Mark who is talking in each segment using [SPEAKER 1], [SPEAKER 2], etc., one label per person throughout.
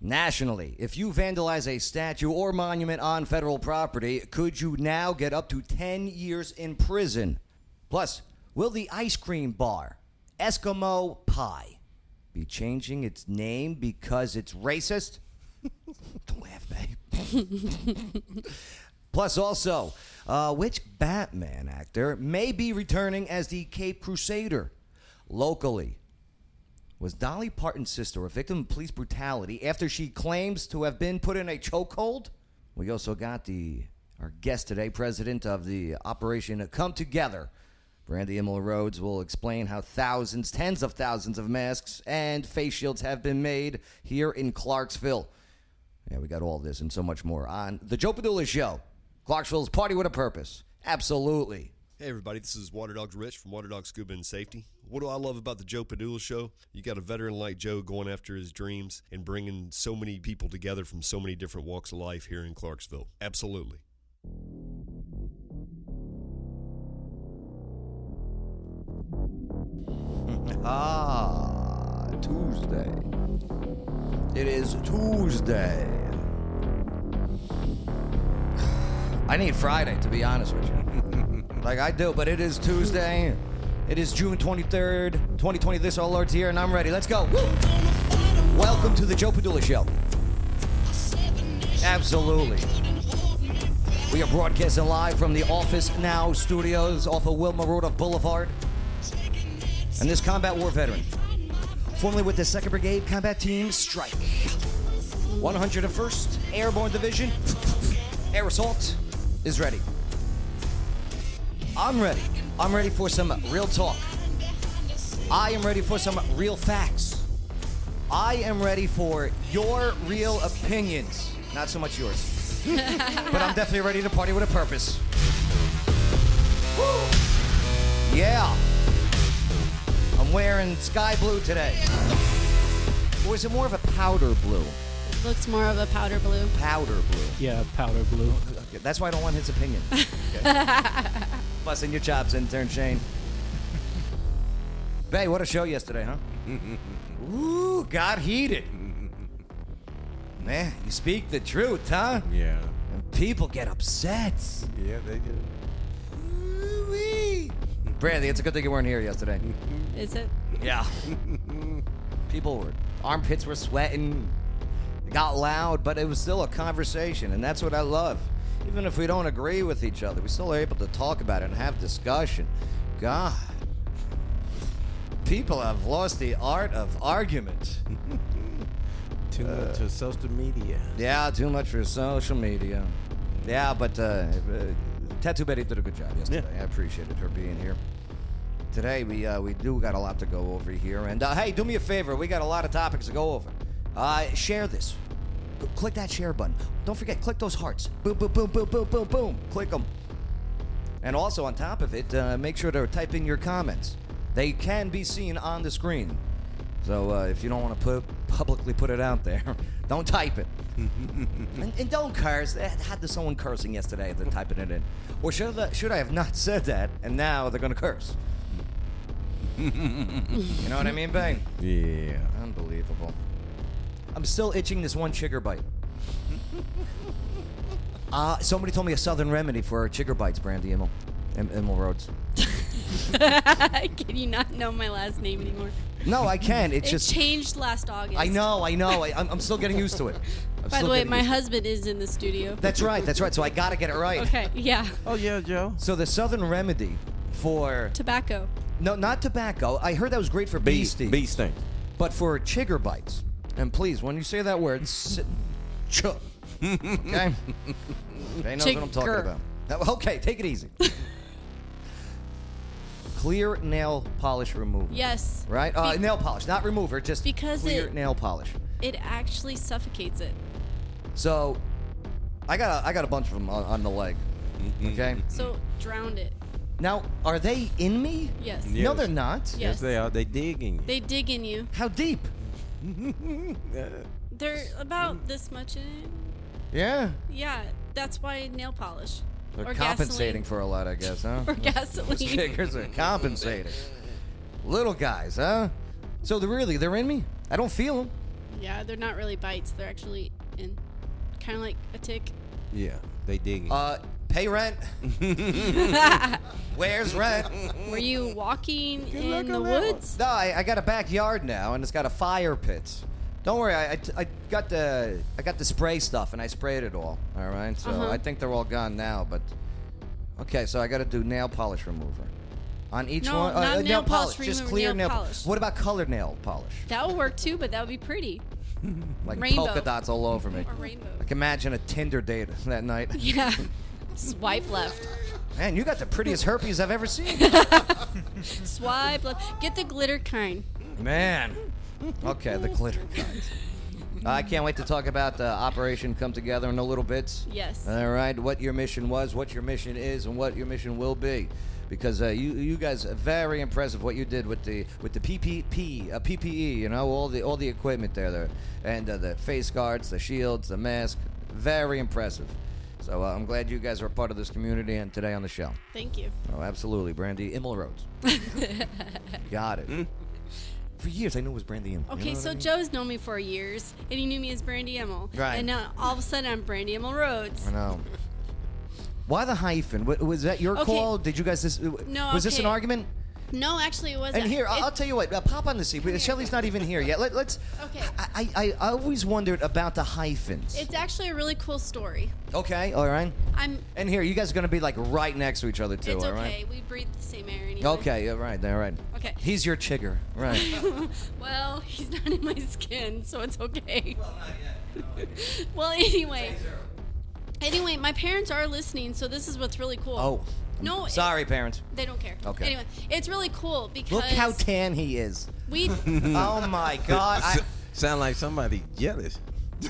[SPEAKER 1] Nationally, if you vandalize a statue or monument on federal property, could you now get up to 10 years in prison? Plus, will the ice cream bar, Eskimo Pie, be changing its name because it's racist? Don't laugh, babe. Plus, also, uh, which Batman actor may be returning as the Cape Crusader? Locally, was Dolly Parton's sister a victim of police brutality after she claims to have been put in a chokehold? We also got the our guest today, president of the Operation Come Together. Brandy Imola Rhodes will explain how thousands, tens of thousands of masks and face shields have been made here in Clarksville. Yeah, we got all this and so much more on The Joe Padula Show. Clarksville's Party with a Purpose. Absolutely.
[SPEAKER 2] Hey everybody, this is Water Dogs Rich from Water Dogs Scuba and Safety. What do I love about the Joe Padula Show? You got a veteran like Joe going after his dreams and bringing so many people together from so many different walks of life here in Clarksville. Absolutely.
[SPEAKER 1] ah, Tuesday. It is Tuesday. I need Friday, to be honest with you. like I do, but it is Tuesday. It is June 23rd, 2020. This All Lord's here, and I'm ready. Let's go. Woo! Welcome to the Joe Padula Show. Absolutely. We are broadcasting live from the Office Now studios off of Wilma Rudolph Boulevard. And this combat war veteran, formerly with the 2nd Brigade Combat Team Strike, 101st Airborne Division, Air Assault, is ready. I'm ready. I'm ready for some real talk. I am ready for some real facts. I am ready for your real opinions. Not so much yours. but I'm definitely ready to party with a purpose. Woo! Yeah. I'm wearing sky blue today. Or is it more of a powder blue?
[SPEAKER 3] Looks more of a powder blue.
[SPEAKER 1] Powder blue.
[SPEAKER 4] Yeah, powder blue.
[SPEAKER 1] Okay, that's why I don't want his opinion. Busting your chops, intern Shane. Bay, what a show yesterday, huh? Ooh, got heated. Man, you speak the truth, huh?
[SPEAKER 5] Yeah.
[SPEAKER 1] And people get upset.
[SPEAKER 5] Yeah, they do.
[SPEAKER 1] Ooh-wee. Brandy, it's a good thing you weren't here yesterday.
[SPEAKER 3] Is it?
[SPEAKER 1] Yeah. People were, armpits were sweating. It got loud, but it was still a conversation, and that's what I love. Even if we don't agree with each other, we still are able to talk about it and have discussion. God. People have lost the art of argument.
[SPEAKER 5] Too
[SPEAKER 1] Uh,
[SPEAKER 5] much to social media.
[SPEAKER 1] Yeah, too much for social media. Yeah, but uh, uh, Tattoo Betty did a good job yesterday. I appreciated her being here. Today we uh, we do got a lot to go over here, and uh, hey, do me a favor. We got a lot of topics to go over. Uh, share this. G- click that share button. Don't forget, click those hearts. Boom, boom, boom, boom, boom, boom, boom. Click them. And also on top of it, uh, make sure to type in your comments. They can be seen on the screen. So uh, if you don't want to put publicly put it out there, don't type it. and, and don't curse. I had this someone cursing yesterday. They're typing it in. Or should I, should I have not said that? And now they're gonna curse. you know what I mean, Bang?
[SPEAKER 5] Yeah.
[SPEAKER 1] Unbelievable. I'm still itching this one chigger bite. Uh, somebody told me a southern remedy for chigger bites, Brandy Emil, em- Emil Rhodes.
[SPEAKER 3] Can you not know my last name anymore?
[SPEAKER 1] No, I can't. It's
[SPEAKER 3] It
[SPEAKER 1] just
[SPEAKER 3] changed last August.
[SPEAKER 1] I know, I know. I, I'm, I'm still getting used to it. I'm
[SPEAKER 3] By
[SPEAKER 1] still
[SPEAKER 3] the way,
[SPEAKER 1] getting
[SPEAKER 3] my
[SPEAKER 1] used to it.
[SPEAKER 3] husband is in the studio.
[SPEAKER 1] That's right. That's right. So I gotta get it right.
[SPEAKER 3] Okay, yeah.
[SPEAKER 5] Oh yeah, Joe.
[SPEAKER 1] So the southern remedy for
[SPEAKER 3] Tobacco.
[SPEAKER 1] no, not tobacco. I heard that was great for bee stings,
[SPEAKER 5] Bee sting.
[SPEAKER 1] but for chigger bites. And please, when you say that word, sit, chug. Okay. Jay knows what I'm talking
[SPEAKER 3] Chigger.
[SPEAKER 1] about. Now, Okay, take it easy. Clear nail polish remover.
[SPEAKER 3] Yes.
[SPEAKER 1] Right? Uh,
[SPEAKER 3] Be-
[SPEAKER 1] nail polish, not remover, just
[SPEAKER 3] Because
[SPEAKER 1] clear
[SPEAKER 3] it-
[SPEAKER 1] nail polish.
[SPEAKER 3] It actually suffocates it.
[SPEAKER 1] So, I got a, I got a bunch of them on, on the leg. Okay.
[SPEAKER 3] So drowned it.
[SPEAKER 1] Now, are they in me?
[SPEAKER 3] Yes.
[SPEAKER 5] Yeah.
[SPEAKER 1] No,
[SPEAKER 5] Yes.
[SPEAKER 1] they're not.
[SPEAKER 3] Yeah.
[SPEAKER 5] Yes, they are. They digging.
[SPEAKER 3] They dig in you.
[SPEAKER 1] How deep?
[SPEAKER 3] They're about this much in it.
[SPEAKER 1] Yeah.
[SPEAKER 3] Yeah, that's why nail polish.
[SPEAKER 1] They're
[SPEAKER 3] or
[SPEAKER 1] compensating
[SPEAKER 3] gasoline.
[SPEAKER 1] for a lot, I guess, huh?
[SPEAKER 3] Or gasoline.
[SPEAKER 1] Kickers are compensating. Little guys, huh? So they're really they're in me. I don't feel them.
[SPEAKER 3] Yeah, they're not really bites. They're actually in kind of like a tick.
[SPEAKER 5] Yeah, they dig it.
[SPEAKER 1] Uh, pay rent. Where's rent?
[SPEAKER 3] Were you walking
[SPEAKER 5] luck
[SPEAKER 3] in the
[SPEAKER 5] on that one.
[SPEAKER 3] woods?
[SPEAKER 1] No, I, I got a backyard now, and it's got a fire pit. Don't worry, I, I t- I got the I got the spray stuff, and I sprayed it all. All right, so
[SPEAKER 3] Uh-huh.
[SPEAKER 1] I think they're all gone now. But okay, so I got to do nail polish remover on each
[SPEAKER 3] No,
[SPEAKER 1] one.
[SPEAKER 3] not nail polish
[SPEAKER 1] just
[SPEAKER 3] remover,
[SPEAKER 1] clear
[SPEAKER 3] nail
[SPEAKER 1] nail, polish.
[SPEAKER 3] polish.
[SPEAKER 1] What about colored nail polish?
[SPEAKER 3] That would work too, but that would be pretty.
[SPEAKER 1] Like
[SPEAKER 3] Rainbow.
[SPEAKER 1] polka dots all over me.
[SPEAKER 3] Or rainbow.
[SPEAKER 1] I can imagine a Tinder date that night.
[SPEAKER 3] Yeah. Swipe left.
[SPEAKER 1] Man, you got the prettiest herpes I've ever seen.
[SPEAKER 3] Swipe left. Get the glitter kind.
[SPEAKER 1] Man. Okay, the glitter kind. I can't wait to talk about uh, Operation Come Together in a little bit.
[SPEAKER 3] Yes.
[SPEAKER 1] All right, what your mission was, what your mission is, and what your mission will be. Because uh, you you guys are very impressive what you did with the with the PPP uh, PPE you know all the all the equipment there there and uh, the face guards the shields the mask very impressive so uh, I'm glad you guys are a part of this community and today on the show
[SPEAKER 3] Thank you.
[SPEAKER 1] Oh, absolutely. Brandy Immel Rhodes. Got it. For years, I knew it was Brandy Immel.
[SPEAKER 3] Okay, so Joe's known me for years, and he knew me as Brandy Emil.
[SPEAKER 1] Right.
[SPEAKER 3] And now all of a sudden I'm Brandy Emil Rhodes.
[SPEAKER 1] I know. Why the hyphen? Wa- Was that your
[SPEAKER 3] Okay.
[SPEAKER 1] call? Did you guys? This,
[SPEAKER 3] No,
[SPEAKER 1] Was this an
[SPEAKER 3] okay.
[SPEAKER 1] argument?
[SPEAKER 3] No, actually it wasn't.
[SPEAKER 1] And here, I-
[SPEAKER 3] It-
[SPEAKER 1] I'll tell you what. Uh, pop on the seat. Shelly's not even here yet. Let, let's.
[SPEAKER 3] Okay.
[SPEAKER 1] I, I I always wondered about the hyphens.
[SPEAKER 3] It's actually a really cool story.
[SPEAKER 1] okay. All right.
[SPEAKER 3] I'm.
[SPEAKER 1] And here, you guys are gonna be like right next to each other too.
[SPEAKER 3] It's
[SPEAKER 1] all
[SPEAKER 3] okay.
[SPEAKER 1] right.
[SPEAKER 3] We breathe the same air anyway.
[SPEAKER 1] Okay. All right. All right.
[SPEAKER 3] Okay.
[SPEAKER 1] He's your chigger. Right.
[SPEAKER 3] Well, he's not in my skin, so it's okay. Well, anyway. Anyway, my parents are listening, so this is what's really cool.
[SPEAKER 1] oh.
[SPEAKER 3] No, it-
[SPEAKER 1] Sorry, parents.
[SPEAKER 3] They don't care.
[SPEAKER 1] Okay.
[SPEAKER 3] Anyway, it's really cool because
[SPEAKER 1] Look how tan he is.
[SPEAKER 3] we
[SPEAKER 1] Oh my God! I,
[SPEAKER 5] S- sound like somebody jealous.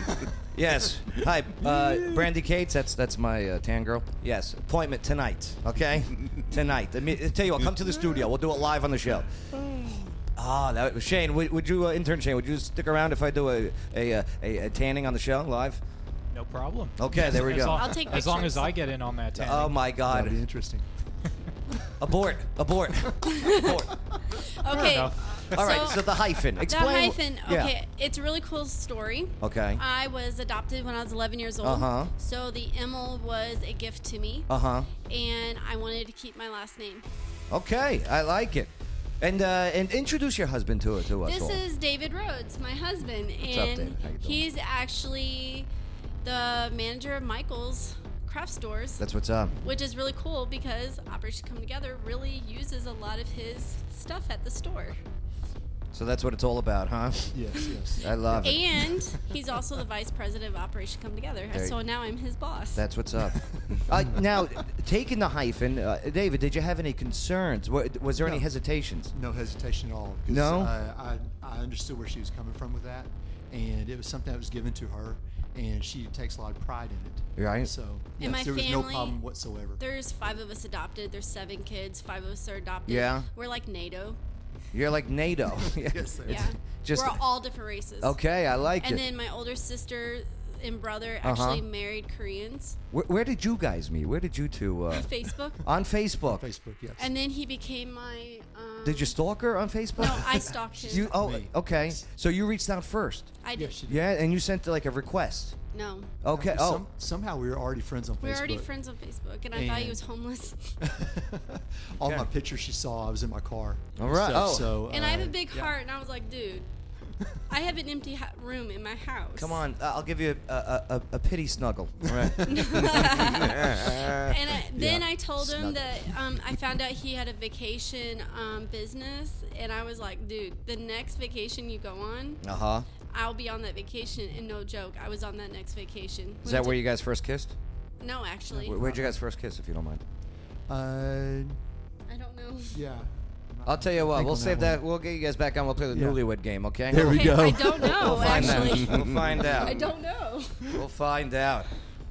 [SPEAKER 1] yes. Hi, uh, Brandy Cates. That's that's my uh, tan girl. Yes. Appointment tonight. Okay. tonight. I mean, I tell you what. Come to the studio. We'll do it live on the show. Ah, that was Shane. Would, would you uh, intern Shane? Would you stick around if I do a a, uh, a a tanning on the show live?
[SPEAKER 4] No problem.
[SPEAKER 1] Okay, there we
[SPEAKER 4] As
[SPEAKER 1] go.
[SPEAKER 4] long-
[SPEAKER 3] I'll take
[SPEAKER 4] As long
[SPEAKER 3] pictures.
[SPEAKER 4] as I get in on that tag.
[SPEAKER 1] Oh my
[SPEAKER 6] That'd be
[SPEAKER 1] God!
[SPEAKER 6] interesting.
[SPEAKER 1] Abort! Abort! Abort!
[SPEAKER 3] okay.
[SPEAKER 4] enough.
[SPEAKER 1] All right.
[SPEAKER 3] So-
[SPEAKER 1] So the hyphen.
[SPEAKER 3] The
[SPEAKER 1] Explain.
[SPEAKER 3] hyphen.
[SPEAKER 1] yeah.
[SPEAKER 3] Okay, Um, it's a really cool story.
[SPEAKER 1] Okay.
[SPEAKER 3] I was adopted when I was 11 years old.
[SPEAKER 1] Uh-huh.
[SPEAKER 3] So the Emil was a gift to me,
[SPEAKER 1] Uh huh.
[SPEAKER 3] and I wanted to keep my last name.
[SPEAKER 1] Okay, I like it. And uh, and introduce your husband to to us.
[SPEAKER 3] This
[SPEAKER 1] all.
[SPEAKER 3] is David Rhodes, my husband,
[SPEAKER 1] What's up,
[SPEAKER 3] and
[SPEAKER 1] David? How you doing?
[SPEAKER 3] he's actually the manager of Michael's craft stores,
[SPEAKER 1] That's what's up.
[SPEAKER 3] which is really cool because Operation Come Together really uses a lot of his stuff at the store.
[SPEAKER 1] So that's what it's all about, huh?
[SPEAKER 6] Yes, yes.
[SPEAKER 1] I love it.
[SPEAKER 3] And he's also the vice president of Operation Come Together,
[SPEAKER 1] There you-
[SPEAKER 3] so now I'm his boss.
[SPEAKER 1] That's what's up. uh, now, taking the hyphen, uh, David, did you have any concerns? Wa- Was there any
[SPEAKER 6] No.
[SPEAKER 1] hesitations?
[SPEAKER 6] No hesitation at all. 'cause
[SPEAKER 1] No?
[SPEAKER 6] I, I, I understood where she was coming from with that, and it was something that was given to her, and she takes a lot of pride in it.
[SPEAKER 1] Right.
[SPEAKER 6] So
[SPEAKER 3] In
[SPEAKER 6] yes,
[SPEAKER 3] my
[SPEAKER 6] there was no
[SPEAKER 3] family,
[SPEAKER 6] problem whatsoever.
[SPEAKER 3] There's five of us adopted. There's seven kids. Five of us are adopted.
[SPEAKER 1] Yeah.
[SPEAKER 3] We're like NATO.
[SPEAKER 1] You're like NATO.
[SPEAKER 6] yes, there
[SPEAKER 3] Yeah.
[SPEAKER 6] was.
[SPEAKER 1] Just-
[SPEAKER 3] We're all different races.
[SPEAKER 1] Okay, I like
[SPEAKER 3] And
[SPEAKER 1] it.
[SPEAKER 3] then my older sister and brother
[SPEAKER 1] Uh-huh.
[SPEAKER 3] actually married Koreans.
[SPEAKER 1] where, where did you guys meet? Where did you two? Uh,
[SPEAKER 3] Facebook.
[SPEAKER 1] on Facebook.
[SPEAKER 6] Facebook. Yes.
[SPEAKER 3] and then he became my. Um,
[SPEAKER 1] Did you stalk her on Facebook?
[SPEAKER 3] No, I stalked him.
[SPEAKER 1] You, oh,
[SPEAKER 6] Me.
[SPEAKER 1] okay. So you reached out first.
[SPEAKER 3] I did.
[SPEAKER 6] yes, she did.
[SPEAKER 1] Yeah, and you sent like a request.
[SPEAKER 3] No.
[SPEAKER 1] Okay.
[SPEAKER 6] Some-
[SPEAKER 1] Oh,
[SPEAKER 6] somehow we were already friends on
[SPEAKER 3] We
[SPEAKER 6] Facebook.
[SPEAKER 3] were already friends on Facebook, and I thought he
[SPEAKER 6] And-
[SPEAKER 3] was homeless.
[SPEAKER 6] All
[SPEAKER 1] Okay.
[SPEAKER 6] my pictures she saw, I was in my car.
[SPEAKER 1] All
[SPEAKER 6] and
[SPEAKER 1] right,
[SPEAKER 6] stuff,
[SPEAKER 1] oh.
[SPEAKER 6] So,
[SPEAKER 3] and I have
[SPEAKER 6] uh,
[SPEAKER 3] a big
[SPEAKER 6] yeah.
[SPEAKER 3] heart, and I was like, dude, I have an empty ha- room in my house.
[SPEAKER 1] come on. Uh, I'll give you a, a, a, a pity snuggle. All right.
[SPEAKER 3] And I, then
[SPEAKER 6] Yeah.
[SPEAKER 3] I told
[SPEAKER 1] Snuggle.
[SPEAKER 3] him that um, I found out he had a vacation um, business, and I was like, dude, the next vacation you go on,
[SPEAKER 1] uh huh.
[SPEAKER 3] I'll be on that vacation. And no joke, I was on that next vacation.
[SPEAKER 1] Is that where you guys first kissed?
[SPEAKER 3] No, actually,
[SPEAKER 1] Where, would you guys first kiss, if you don't mind?
[SPEAKER 6] Uh,
[SPEAKER 3] I don't know.
[SPEAKER 6] yeah.
[SPEAKER 1] I'll tell you what.
[SPEAKER 6] Think
[SPEAKER 1] We'll
[SPEAKER 6] on
[SPEAKER 1] save
[SPEAKER 6] that
[SPEAKER 1] that. We'll get you guys back on. We'll play the
[SPEAKER 6] Yeah.
[SPEAKER 1] newlywed game. Okay.
[SPEAKER 6] There we
[SPEAKER 3] Okay,
[SPEAKER 6] go.
[SPEAKER 3] I don't know.
[SPEAKER 1] We'll find
[SPEAKER 3] Oh, actually,
[SPEAKER 1] out. We'll find out.
[SPEAKER 3] I don't know.
[SPEAKER 1] We'll find out.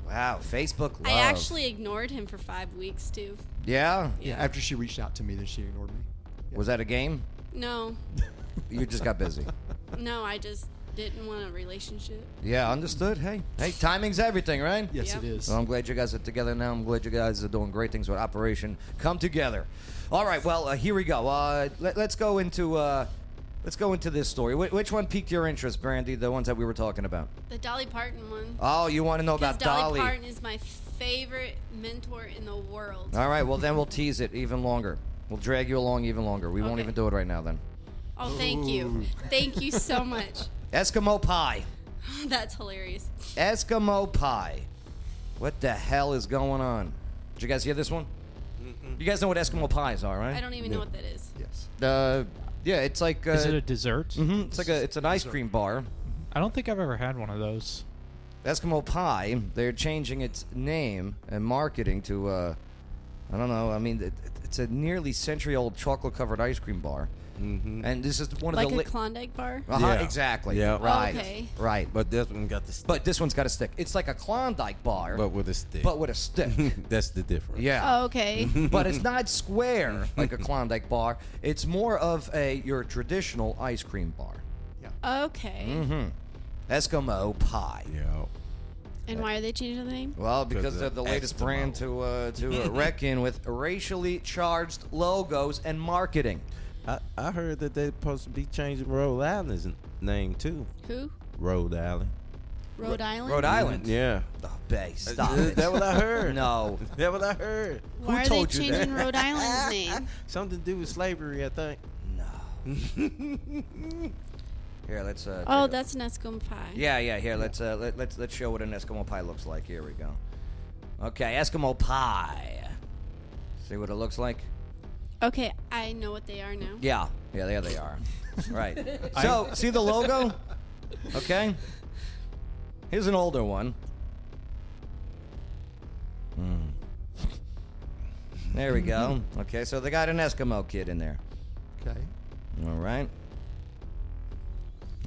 [SPEAKER 1] Wow, Facebook love.
[SPEAKER 3] I actually ignored him for five weeks too.
[SPEAKER 1] Yeah.
[SPEAKER 6] Yeah. After she reached out to me, then she ignored me.
[SPEAKER 1] Was that a game?
[SPEAKER 3] No,
[SPEAKER 1] You just got busy.
[SPEAKER 3] no, I just didn't want a relationship.
[SPEAKER 1] yeah, understood. Hey, hey, timing's everything, right?
[SPEAKER 6] Yes,
[SPEAKER 3] Yeah.
[SPEAKER 6] it is.
[SPEAKER 1] Well, I'm glad you guys are together now. I'm glad you guys are doing great things with Operation Come Together. All right, well, uh, here we go. Uh, let, us go into uh, Let's go into this story. Wh- which one piqued your interest, Brandy? The ones that we were talking about.
[SPEAKER 3] The Dolly Parton one.
[SPEAKER 1] Oh, you want to know
[SPEAKER 3] Because
[SPEAKER 1] about Dolly?
[SPEAKER 3] Dolly Parton is my favorite mentor in the world.
[SPEAKER 1] All right. Well, then we'll tease it even longer. We'll drag you along even longer. We won't
[SPEAKER 3] Okay.
[SPEAKER 1] even do it right now. Then
[SPEAKER 3] Oh, thank you. Thank you so much.
[SPEAKER 1] Eskimo pie.
[SPEAKER 3] That's hilarious.
[SPEAKER 1] Eskimo pie. What the hell is going on? Did you guys hear this one? You guys know what Eskimo pies are, right?
[SPEAKER 3] I don't e- even know what that is.
[SPEAKER 6] Yes.
[SPEAKER 1] Uh, yeah, it's like uh,
[SPEAKER 4] Is it a dessert?
[SPEAKER 1] mhm, it's like a it's an ice cream bar.
[SPEAKER 4] I don't think I've ever had one of those.
[SPEAKER 1] Eskimo Pie, they're changing its name and marketing to, uh, I don't know, I mean, it, it's a nearly century old chocolate covered ice cream bar. Mm-hmm. And this is one of
[SPEAKER 3] Like
[SPEAKER 1] the.
[SPEAKER 3] a
[SPEAKER 1] li-
[SPEAKER 3] Klondike bar?
[SPEAKER 1] uh-huh,
[SPEAKER 5] Yeah.
[SPEAKER 1] Exactly.
[SPEAKER 5] Yeah.
[SPEAKER 1] Right.
[SPEAKER 3] Okay.
[SPEAKER 1] Right. But,
[SPEAKER 5] But this one got the stick.
[SPEAKER 1] but this one's got a stick. It's like a Klondike bar,
[SPEAKER 5] but with a stick.
[SPEAKER 1] but with a stick.
[SPEAKER 5] That's the difference.
[SPEAKER 1] yeah.
[SPEAKER 3] Oh, okay.
[SPEAKER 1] but it's not square like a Klondike bar. It's more of a your traditional ice cream bar.
[SPEAKER 3] okay.
[SPEAKER 1] Mm-hmm. Eskimo Pie.
[SPEAKER 5] Yeah.
[SPEAKER 3] And why are they changing the name?
[SPEAKER 1] Well, because
[SPEAKER 5] Because
[SPEAKER 1] they're the
[SPEAKER 5] of
[SPEAKER 1] latest
[SPEAKER 5] Eskimo.
[SPEAKER 1] brand to uh, to uh, reckon with racially charged logos and marketing.
[SPEAKER 5] I, I heard that they're supposed to be changing Rhode Island's n- name too.
[SPEAKER 3] Who?
[SPEAKER 5] Rhode Island.
[SPEAKER 3] Rhode Island?
[SPEAKER 1] Oh. Rhode Island.
[SPEAKER 5] Mm-hmm. Yeah.
[SPEAKER 1] Oh, Bay, stop
[SPEAKER 5] That's
[SPEAKER 1] it.
[SPEAKER 5] what I heard.
[SPEAKER 1] No.
[SPEAKER 5] That's what I heard.
[SPEAKER 3] Why are
[SPEAKER 1] told
[SPEAKER 3] they
[SPEAKER 1] you that?
[SPEAKER 3] changing Rhode Island's name?
[SPEAKER 5] Something to do with slavery, I think.
[SPEAKER 1] No. Here, let's. Uh,
[SPEAKER 3] Oh,
[SPEAKER 1] take a-
[SPEAKER 3] that's an Eskimo pie.
[SPEAKER 1] Yeah, yeah. Here, let's uh, let, let's let's show what an Eskimo pie looks like. Here we go. Okay, Eskimo pie. See what it looks like.
[SPEAKER 3] Okay, I know what they are now.
[SPEAKER 1] Yeah, yeah, there they are. right. So, see the logo? Okay. Here's an older one. Hmm. There we go. Okay, so they got an Eskimo kid in there.
[SPEAKER 6] Okay.
[SPEAKER 1] All right.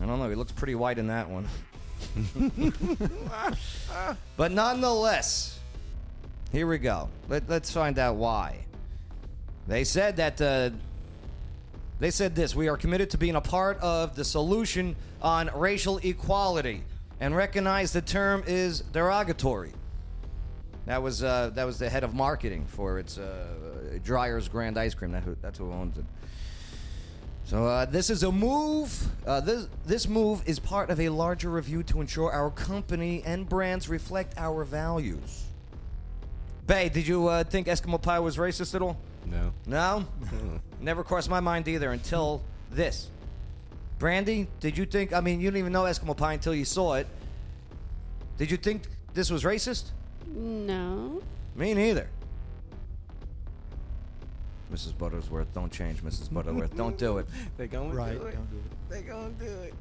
[SPEAKER 1] I don't know. He looks pretty white in that one. but nonetheless, here we go. Let, let's find out why. They said that. Uh, they said this We are committed to being a part of the solution on racial equality and recognize the term is derogatory. That was uh, that was the head of marketing for its uh, Dryer's Grand Ice Cream. That who, that's who owns it. So uh, this is a move. Uh, this this move is part of a larger review to ensure our company and brands reflect our values. Bay, did you uh, think Eskimo Pie was racist at all?
[SPEAKER 5] No.
[SPEAKER 1] No, never crossed my mind either until this. Brandy, did you think? I mean, you didn't even know Eskimo Pie until you saw it. Did you think this was racist?
[SPEAKER 3] No.
[SPEAKER 1] Me neither. Mrs. Butterworth, don't change, Mrs. Butterworth. don't do it.
[SPEAKER 5] They gonna
[SPEAKER 6] Right.
[SPEAKER 5] do it.
[SPEAKER 6] Don't do it.
[SPEAKER 5] They gonna do it.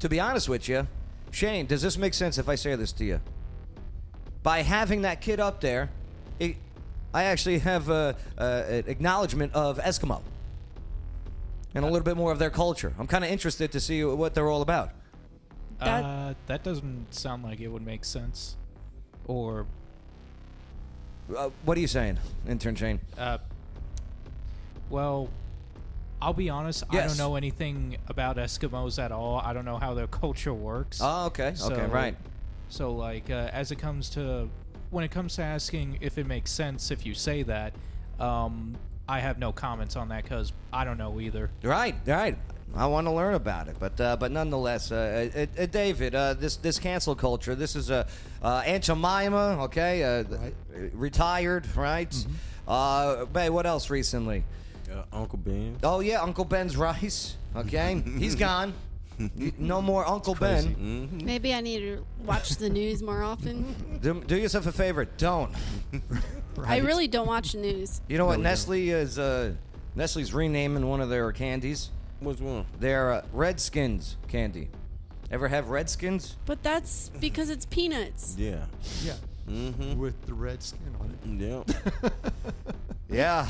[SPEAKER 1] to be honest with you, Shane, does this make sense if I say this to you? By having that kid up there, it, I actually have a, a, an acknowledgement of Eskimo and a little bit more of their culture. I'm kind of interested to see what they're all about.
[SPEAKER 3] That-
[SPEAKER 4] uh, that doesn't sound like it would make sense. Or
[SPEAKER 1] Uh, what are you saying, intern Shane?
[SPEAKER 4] Uh, well, I'll be honest. I
[SPEAKER 1] Yes.
[SPEAKER 4] don't know anything about Eskimos at all. I don't know how their culture works.
[SPEAKER 1] Oh, okay, okay,
[SPEAKER 4] So-
[SPEAKER 1] right.
[SPEAKER 4] So, like, uh, as it comes to when it comes to asking if it makes sense if you say that, um, I have no comments on that because I don't know either.
[SPEAKER 1] Right, right. I want to learn about it, but uh, but nonetheless, uh, uh, uh, David, uh, this this cancel culture. This is a uh, Aunt Jemima, okay, uh,
[SPEAKER 6] Right.
[SPEAKER 1] uh, retired, right? Uh, Bay, what else recently?
[SPEAKER 5] Uh, Uncle Ben.
[SPEAKER 1] Oh yeah, Uncle Ben's rice. Okay, he's gone. No more Uncle Ben.
[SPEAKER 3] Maybe I need to watch the news more often.
[SPEAKER 1] Do, do yourself a favor. Don't.
[SPEAKER 3] I really don't watch the news.
[SPEAKER 1] You know what? Nestle is uh, Nestle's renaming one of their candies.
[SPEAKER 5] Which one?
[SPEAKER 1] Their uh, Redskins candy. Ever have Redskins?
[SPEAKER 3] But that's because it's peanuts.
[SPEAKER 5] Yeah.
[SPEAKER 6] Yeah.
[SPEAKER 1] Mm-hmm.
[SPEAKER 6] With the red skin on it.
[SPEAKER 5] Yeah.
[SPEAKER 1] Yeah.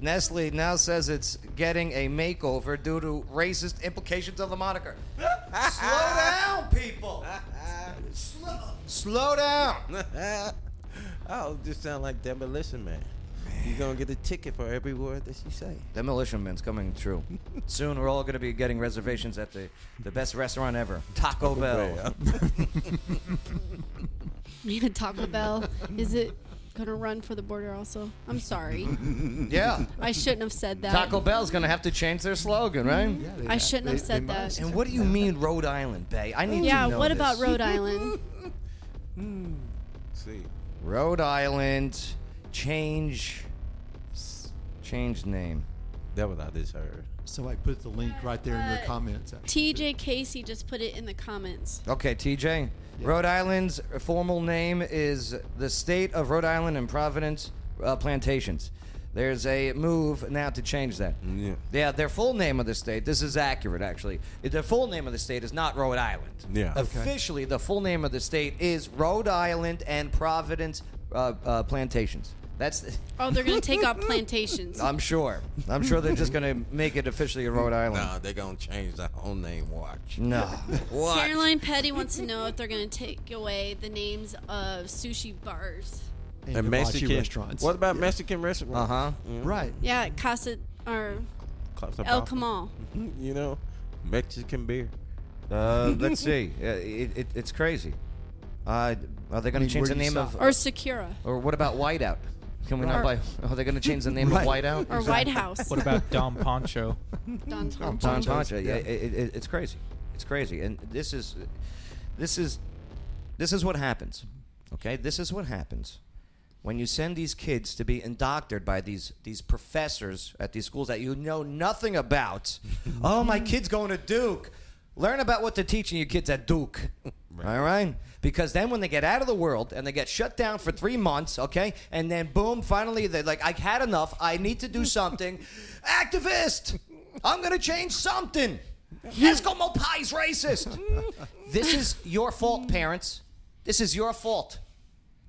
[SPEAKER 1] Nestle now says it's getting a makeover due to racist implications of the moniker. Slow down, people. Slow, slow down.
[SPEAKER 5] oh, just sound like demolition man. You gonna get a ticket for every word that you say.
[SPEAKER 1] Demolition Man's coming true. Soon we're all going to be getting reservations at the, the best restaurant ever, Taco
[SPEAKER 5] Oh,
[SPEAKER 1] Bell.
[SPEAKER 5] Well,
[SPEAKER 3] Yeah, Taco Bell. Is it gonna run for the border. Also, I'm sorry.
[SPEAKER 1] Yeah.
[SPEAKER 3] I shouldn't have said that.
[SPEAKER 1] Taco Bell's going to have to change their slogan, right?
[SPEAKER 6] Yeah, they
[SPEAKER 3] I
[SPEAKER 6] have-
[SPEAKER 3] shouldn't
[SPEAKER 6] they-
[SPEAKER 3] have
[SPEAKER 6] they
[SPEAKER 3] said
[SPEAKER 6] must.
[SPEAKER 3] that.
[SPEAKER 1] And what do you mean Rhode Island, Bay? I need
[SPEAKER 3] Yeah.
[SPEAKER 1] to know
[SPEAKER 3] What
[SPEAKER 1] this.
[SPEAKER 3] about Rhode Island?
[SPEAKER 5] See,
[SPEAKER 1] Rhode Island change change name.
[SPEAKER 5] that was what I just heard.
[SPEAKER 6] So I put the link right there
[SPEAKER 3] Uh,
[SPEAKER 6] in your comments. actually, too.
[SPEAKER 3] TJ Casey just put it in the comments.
[SPEAKER 1] Okay, TJ. Rhode Island's formal name is the State of Rhode Island and Providence uh, Plantations. There's a move now to change that.
[SPEAKER 5] Yeah.
[SPEAKER 1] Yeah, their full name of the state, this is accurate actually. The full name of the state is not Rhode Island.
[SPEAKER 5] Yeah. Okay.
[SPEAKER 1] Officially, the full name of the state is Rhode Island and Providence uh, uh, Plantations. That's,
[SPEAKER 3] Oh, they're gonna take out plantations.
[SPEAKER 1] I'm sure. I'm sure they're just going to make it officially a Rhode Island.
[SPEAKER 5] Nah, they gonna change the whole name. Watch.
[SPEAKER 1] no.
[SPEAKER 5] Watch.
[SPEAKER 3] Caroline Petty wants to know if they're gonna take away the names of sushi bars.
[SPEAKER 6] And,
[SPEAKER 5] and
[SPEAKER 6] hibachi
[SPEAKER 5] Mexican
[SPEAKER 6] restaurants.
[SPEAKER 5] What about Mexican restaurants?
[SPEAKER 1] Uh huh.
[SPEAKER 6] Right.
[SPEAKER 3] Yeah, Casa or
[SPEAKER 5] Claps up
[SPEAKER 3] El
[SPEAKER 5] off.
[SPEAKER 3] Camal.
[SPEAKER 5] You know, Mexican beer.
[SPEAKER 1] Uh, let's see. Uh, It, it, it's crazy. Uh, are they going
[SPEAKER 6] I
[SPEAKER 1] to
[SPEAKER 6] mean,
[SPEAKER 1] change
[SPEAKER 6] where
[SPEAKER 1] the
[SPEAKER 6] do you
[SPEAKER 1] name of?
[SPEAKER 6] stop?
[SPEAKER 3] Or Sakura.
[SPEAKER 1] Or what about Whiteout? Can we not buy?
[SPEAKER 3] Right.
[SPEAKER 1] Are they going to change the name of
[SPEAKER 6] Right.
[SPEAKER 1] Whiteout?
[SPEAKER 3] Or White House.
[SPEAKER 4] What about Dom Poncho?
[SPEAKER 3] Don Tom.
[SPEAKER 1] Don
[SPEAKER 6] Ponchos,
[SPEAKER 1] Poncho. Yeah,
[SPEAKER 6] yeah.
[SPEAKER 1] It, it, it's crazy. It's crazy. And this is, this is, this is what happens. Okay, this is what happens when you send these kids to be indoctored by these these professors at these schools that you know nothing about. oh, my kid's going to Duke. Learn about what they're teaching your kids at Duke. All right? Because then when they get out of the world and they get shut down for three months, okay? And then boom, finally they're like, I had enough. I need to do something. Activist! I'm going to change something. Eskimo Pie's racist. this is your fault, parents. This is your fault.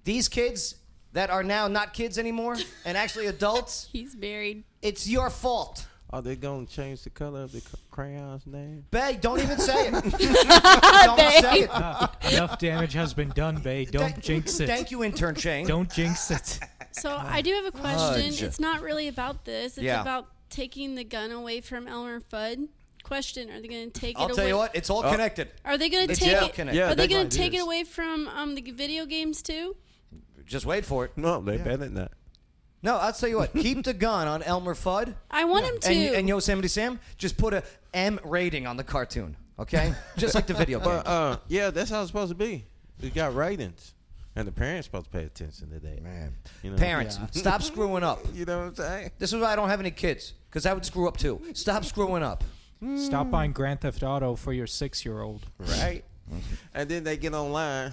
[SPEAKER 1] These kids that are now not kids anymore and actually adults,
[SPEAKER 3] He's married.
[SPEAKER 1] it's your fault.
[SPEAKER 5] Are they gonna change the color of the c- crayon's name?
[SPEAKER 1] Bay, don't even say it. don't say it.
[SPEAKER 4] Enough damage has been done, Bay. Don't
[SPEAKER 1] Thank-
[SPEAKER 4] jinx it.
[SPEAKER 1] Thank you, intern Shane.
[SPEAKER 4] Don't jinx it.
[SPEAKER 3] So I do have a question.
[SPEAKER 1] Fudge.
[SPEAKER 3] It's not really about this. It's
[SPEAKER 1] Yeah.
[SPEAKER 3] about taking the gun away from Elmer and Fudd. Question: Are they going to take
[SPEAKER 1] I'll
[SPEAKER 3] it
[SPEAKER 1] tell
[SPEAKER 3] away?
[SPEAKER 1] you what, it's
[SPEAKER 5] Uh,
[SPEAKER 1] all connected.
[SPEAKER 3] Are they going to
[SPEAKER 1] It's
[SPEAKER 3] take
[SPEAKER 1] all
[SPEAKER 3] it?
[SPEAKER 1] connected.
[SPEAKER 5] Yeah,
[SPEAKER 3] are they
[SPEAKER 5] that's
[SPEAKER 3] going
[SPEAKER 6] right,
[SPEAKER 3] to
[SPEAKER 6] it
[SPEAKER 3] take it
[SPEAKER 6] is.
[SPEAKER 3] away from um, the g- video games too?
[SPEAKER 1] Just wait for it.
[SPEAKER 5] No, they better not.
[SPEAKER 1] No, I'll tell you what. Keep the gun on Elmer Fudd
[SPEAKER 3] I want him to.
[SPEAKER 1] and, and Yosemite Sam. Just put a M rating on the cartoon, okay? Just like the video game.
[SPEAKER 5] But uh, yeah, that's how it's supposed to be. It got ratings, and the parents supposed to pay attention to that.
[SPEAKER 1] Man.
[SPEAKER 5] you know.
[SPEAKER 1] Parents,
[SPEAKER 6] Yeah.
[SPEAKER 1] stop screwing up.
[SPEAKER 5] You know what I'm saying?
[SPEAKER 1] This is why I don't have any kids, because I would screw up too. Stop screwing up.
[SPEAKER 4] Stop buying Grand Theft Auto for your six-year-old.
[SPEAKER 5] Right. and then they get online.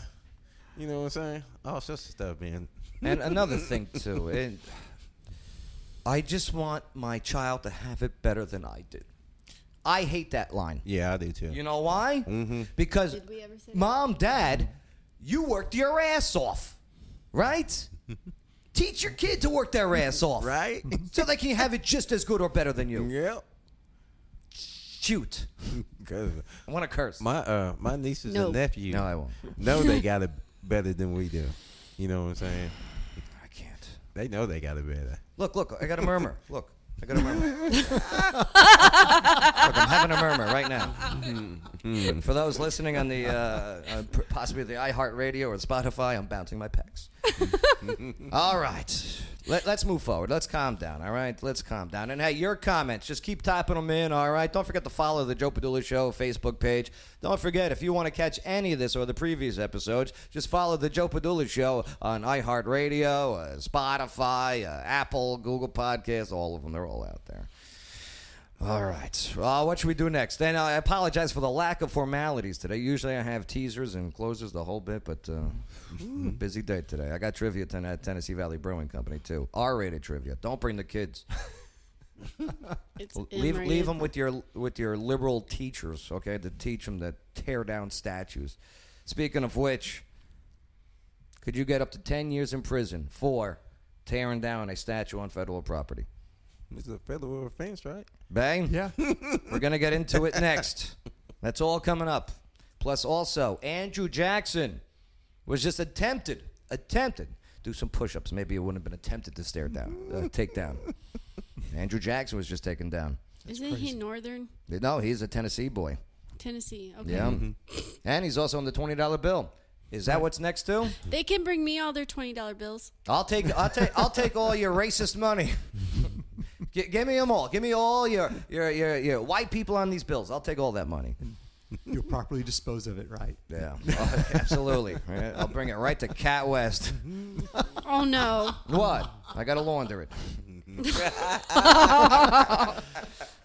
[SPEAKER 5] You know what I'm saying? All sorts of stuff, man.
[SPEAKER 1] And another thing too, and I just want my child to have it better than I did. I hate that line.
[SPEAKER 5] Yeah, Mm-hmm. I do too.
[SPEAKER 1] You know why? Because
[SPEAKER 3] Did we ever say that?
[SPEAKER 1] mom, dad, you worked your ass off, right? Teach your kid to work their ass off,
[SPEAKER 5] right?
[SPEAKER 1] So they can have it just as good or better than you.
[SPEAKER 5] yep.
[SPEAKER 1] Shoot,
[SPEAKER 5] 'Cause
[SPEAKER 1] I want to curse.
[SPEAKER 5] my uh, my nieces
[SPEAKER 3] No.
[SPEAKER 5] and nephews.
[SPEAKER 1] no, I won't.
[SPEAKER 5] know they got it better than we do. You know what I'm saying?
[SPEAKER 1] I can't.
[SPEAKER 5] They know they got it better.
[SPEAKER 1] Look, look, I got a murmur. Look, I got a murmur. look, I'm having a murmur right now. For those listening on the uh, uh, p- possibly the iHeartRadio or Spotify, I'm bouncing my pecs. all right, Let, let's move forward. Let's calm down. All right, let's calm down. And hey, your comments, just keep typing them in. All right, don't forget to follow the Joe Padula Show Facebook page. Don't forget if you want to catch any of this or the previous episodes, just follow the Joe Padula Show on iHeartRadio, uh, Spotify, uh, Apple, Google Podcasts, all of them. They're all out there. All right. Uh, what should we do next? And I apologize for the lack of formalities today. Usually I have teasers and closers the whole bit, but uh, busy day today. I got trivia tonight at Tennessee Valley Brewing Company, too. R rated trivia. Don't bring the kids.
[SPEAKER 3] It's
[SPEAKER 1] leave
[SPEAKER 3] in
[SPEAKER 1] leave
[SPEAKER 3] right
[SPEAKER 1] them with your, with your liberal teachers, okay, to teach them to tear down statues. Speaking of which, could you get up to 10 years in prison for tearing down a statue on federal property?
[SPEAKER 5] It's a federal offense, right?
[SPEAKER 1] Bang?
[SPEAKER 6] Yeah.
[SPEAKER 1] We're going to get into it next. That's all coming up. Plus, also, Andrew Jackson was just attempted, attempted, do some push ups. Maybe it wouldn't have been attempted to stare down, uh, take down. Andrew Jackson was just taken down.
[SPEAKER 3] Isn't he Northern
[SPEAKER 1] No, he's a Tennessee boy.
[SPEAKER 3] Tennessee? Okay.
[SPEAKER 1] Yeah. And he's also on the $20 bill. Is that what's next to?
[SPEAKER 3] They can bring me all their twenty dollar bills.
[SPEAKER 1] I'll take I'll take I'll take all your racist money. G- give me them all. Give me all your, your your your white people on these bills. I'll take all that money.
[SPEAKER 6] You'll properly dispose of it, right?
[SPEAKER 1] Yeah, absolutely. Yeah, I'll bring it right to Cat West.
[SPEAKER 3] Oh no.
[SPEAKER 1] What? I gotta launder it.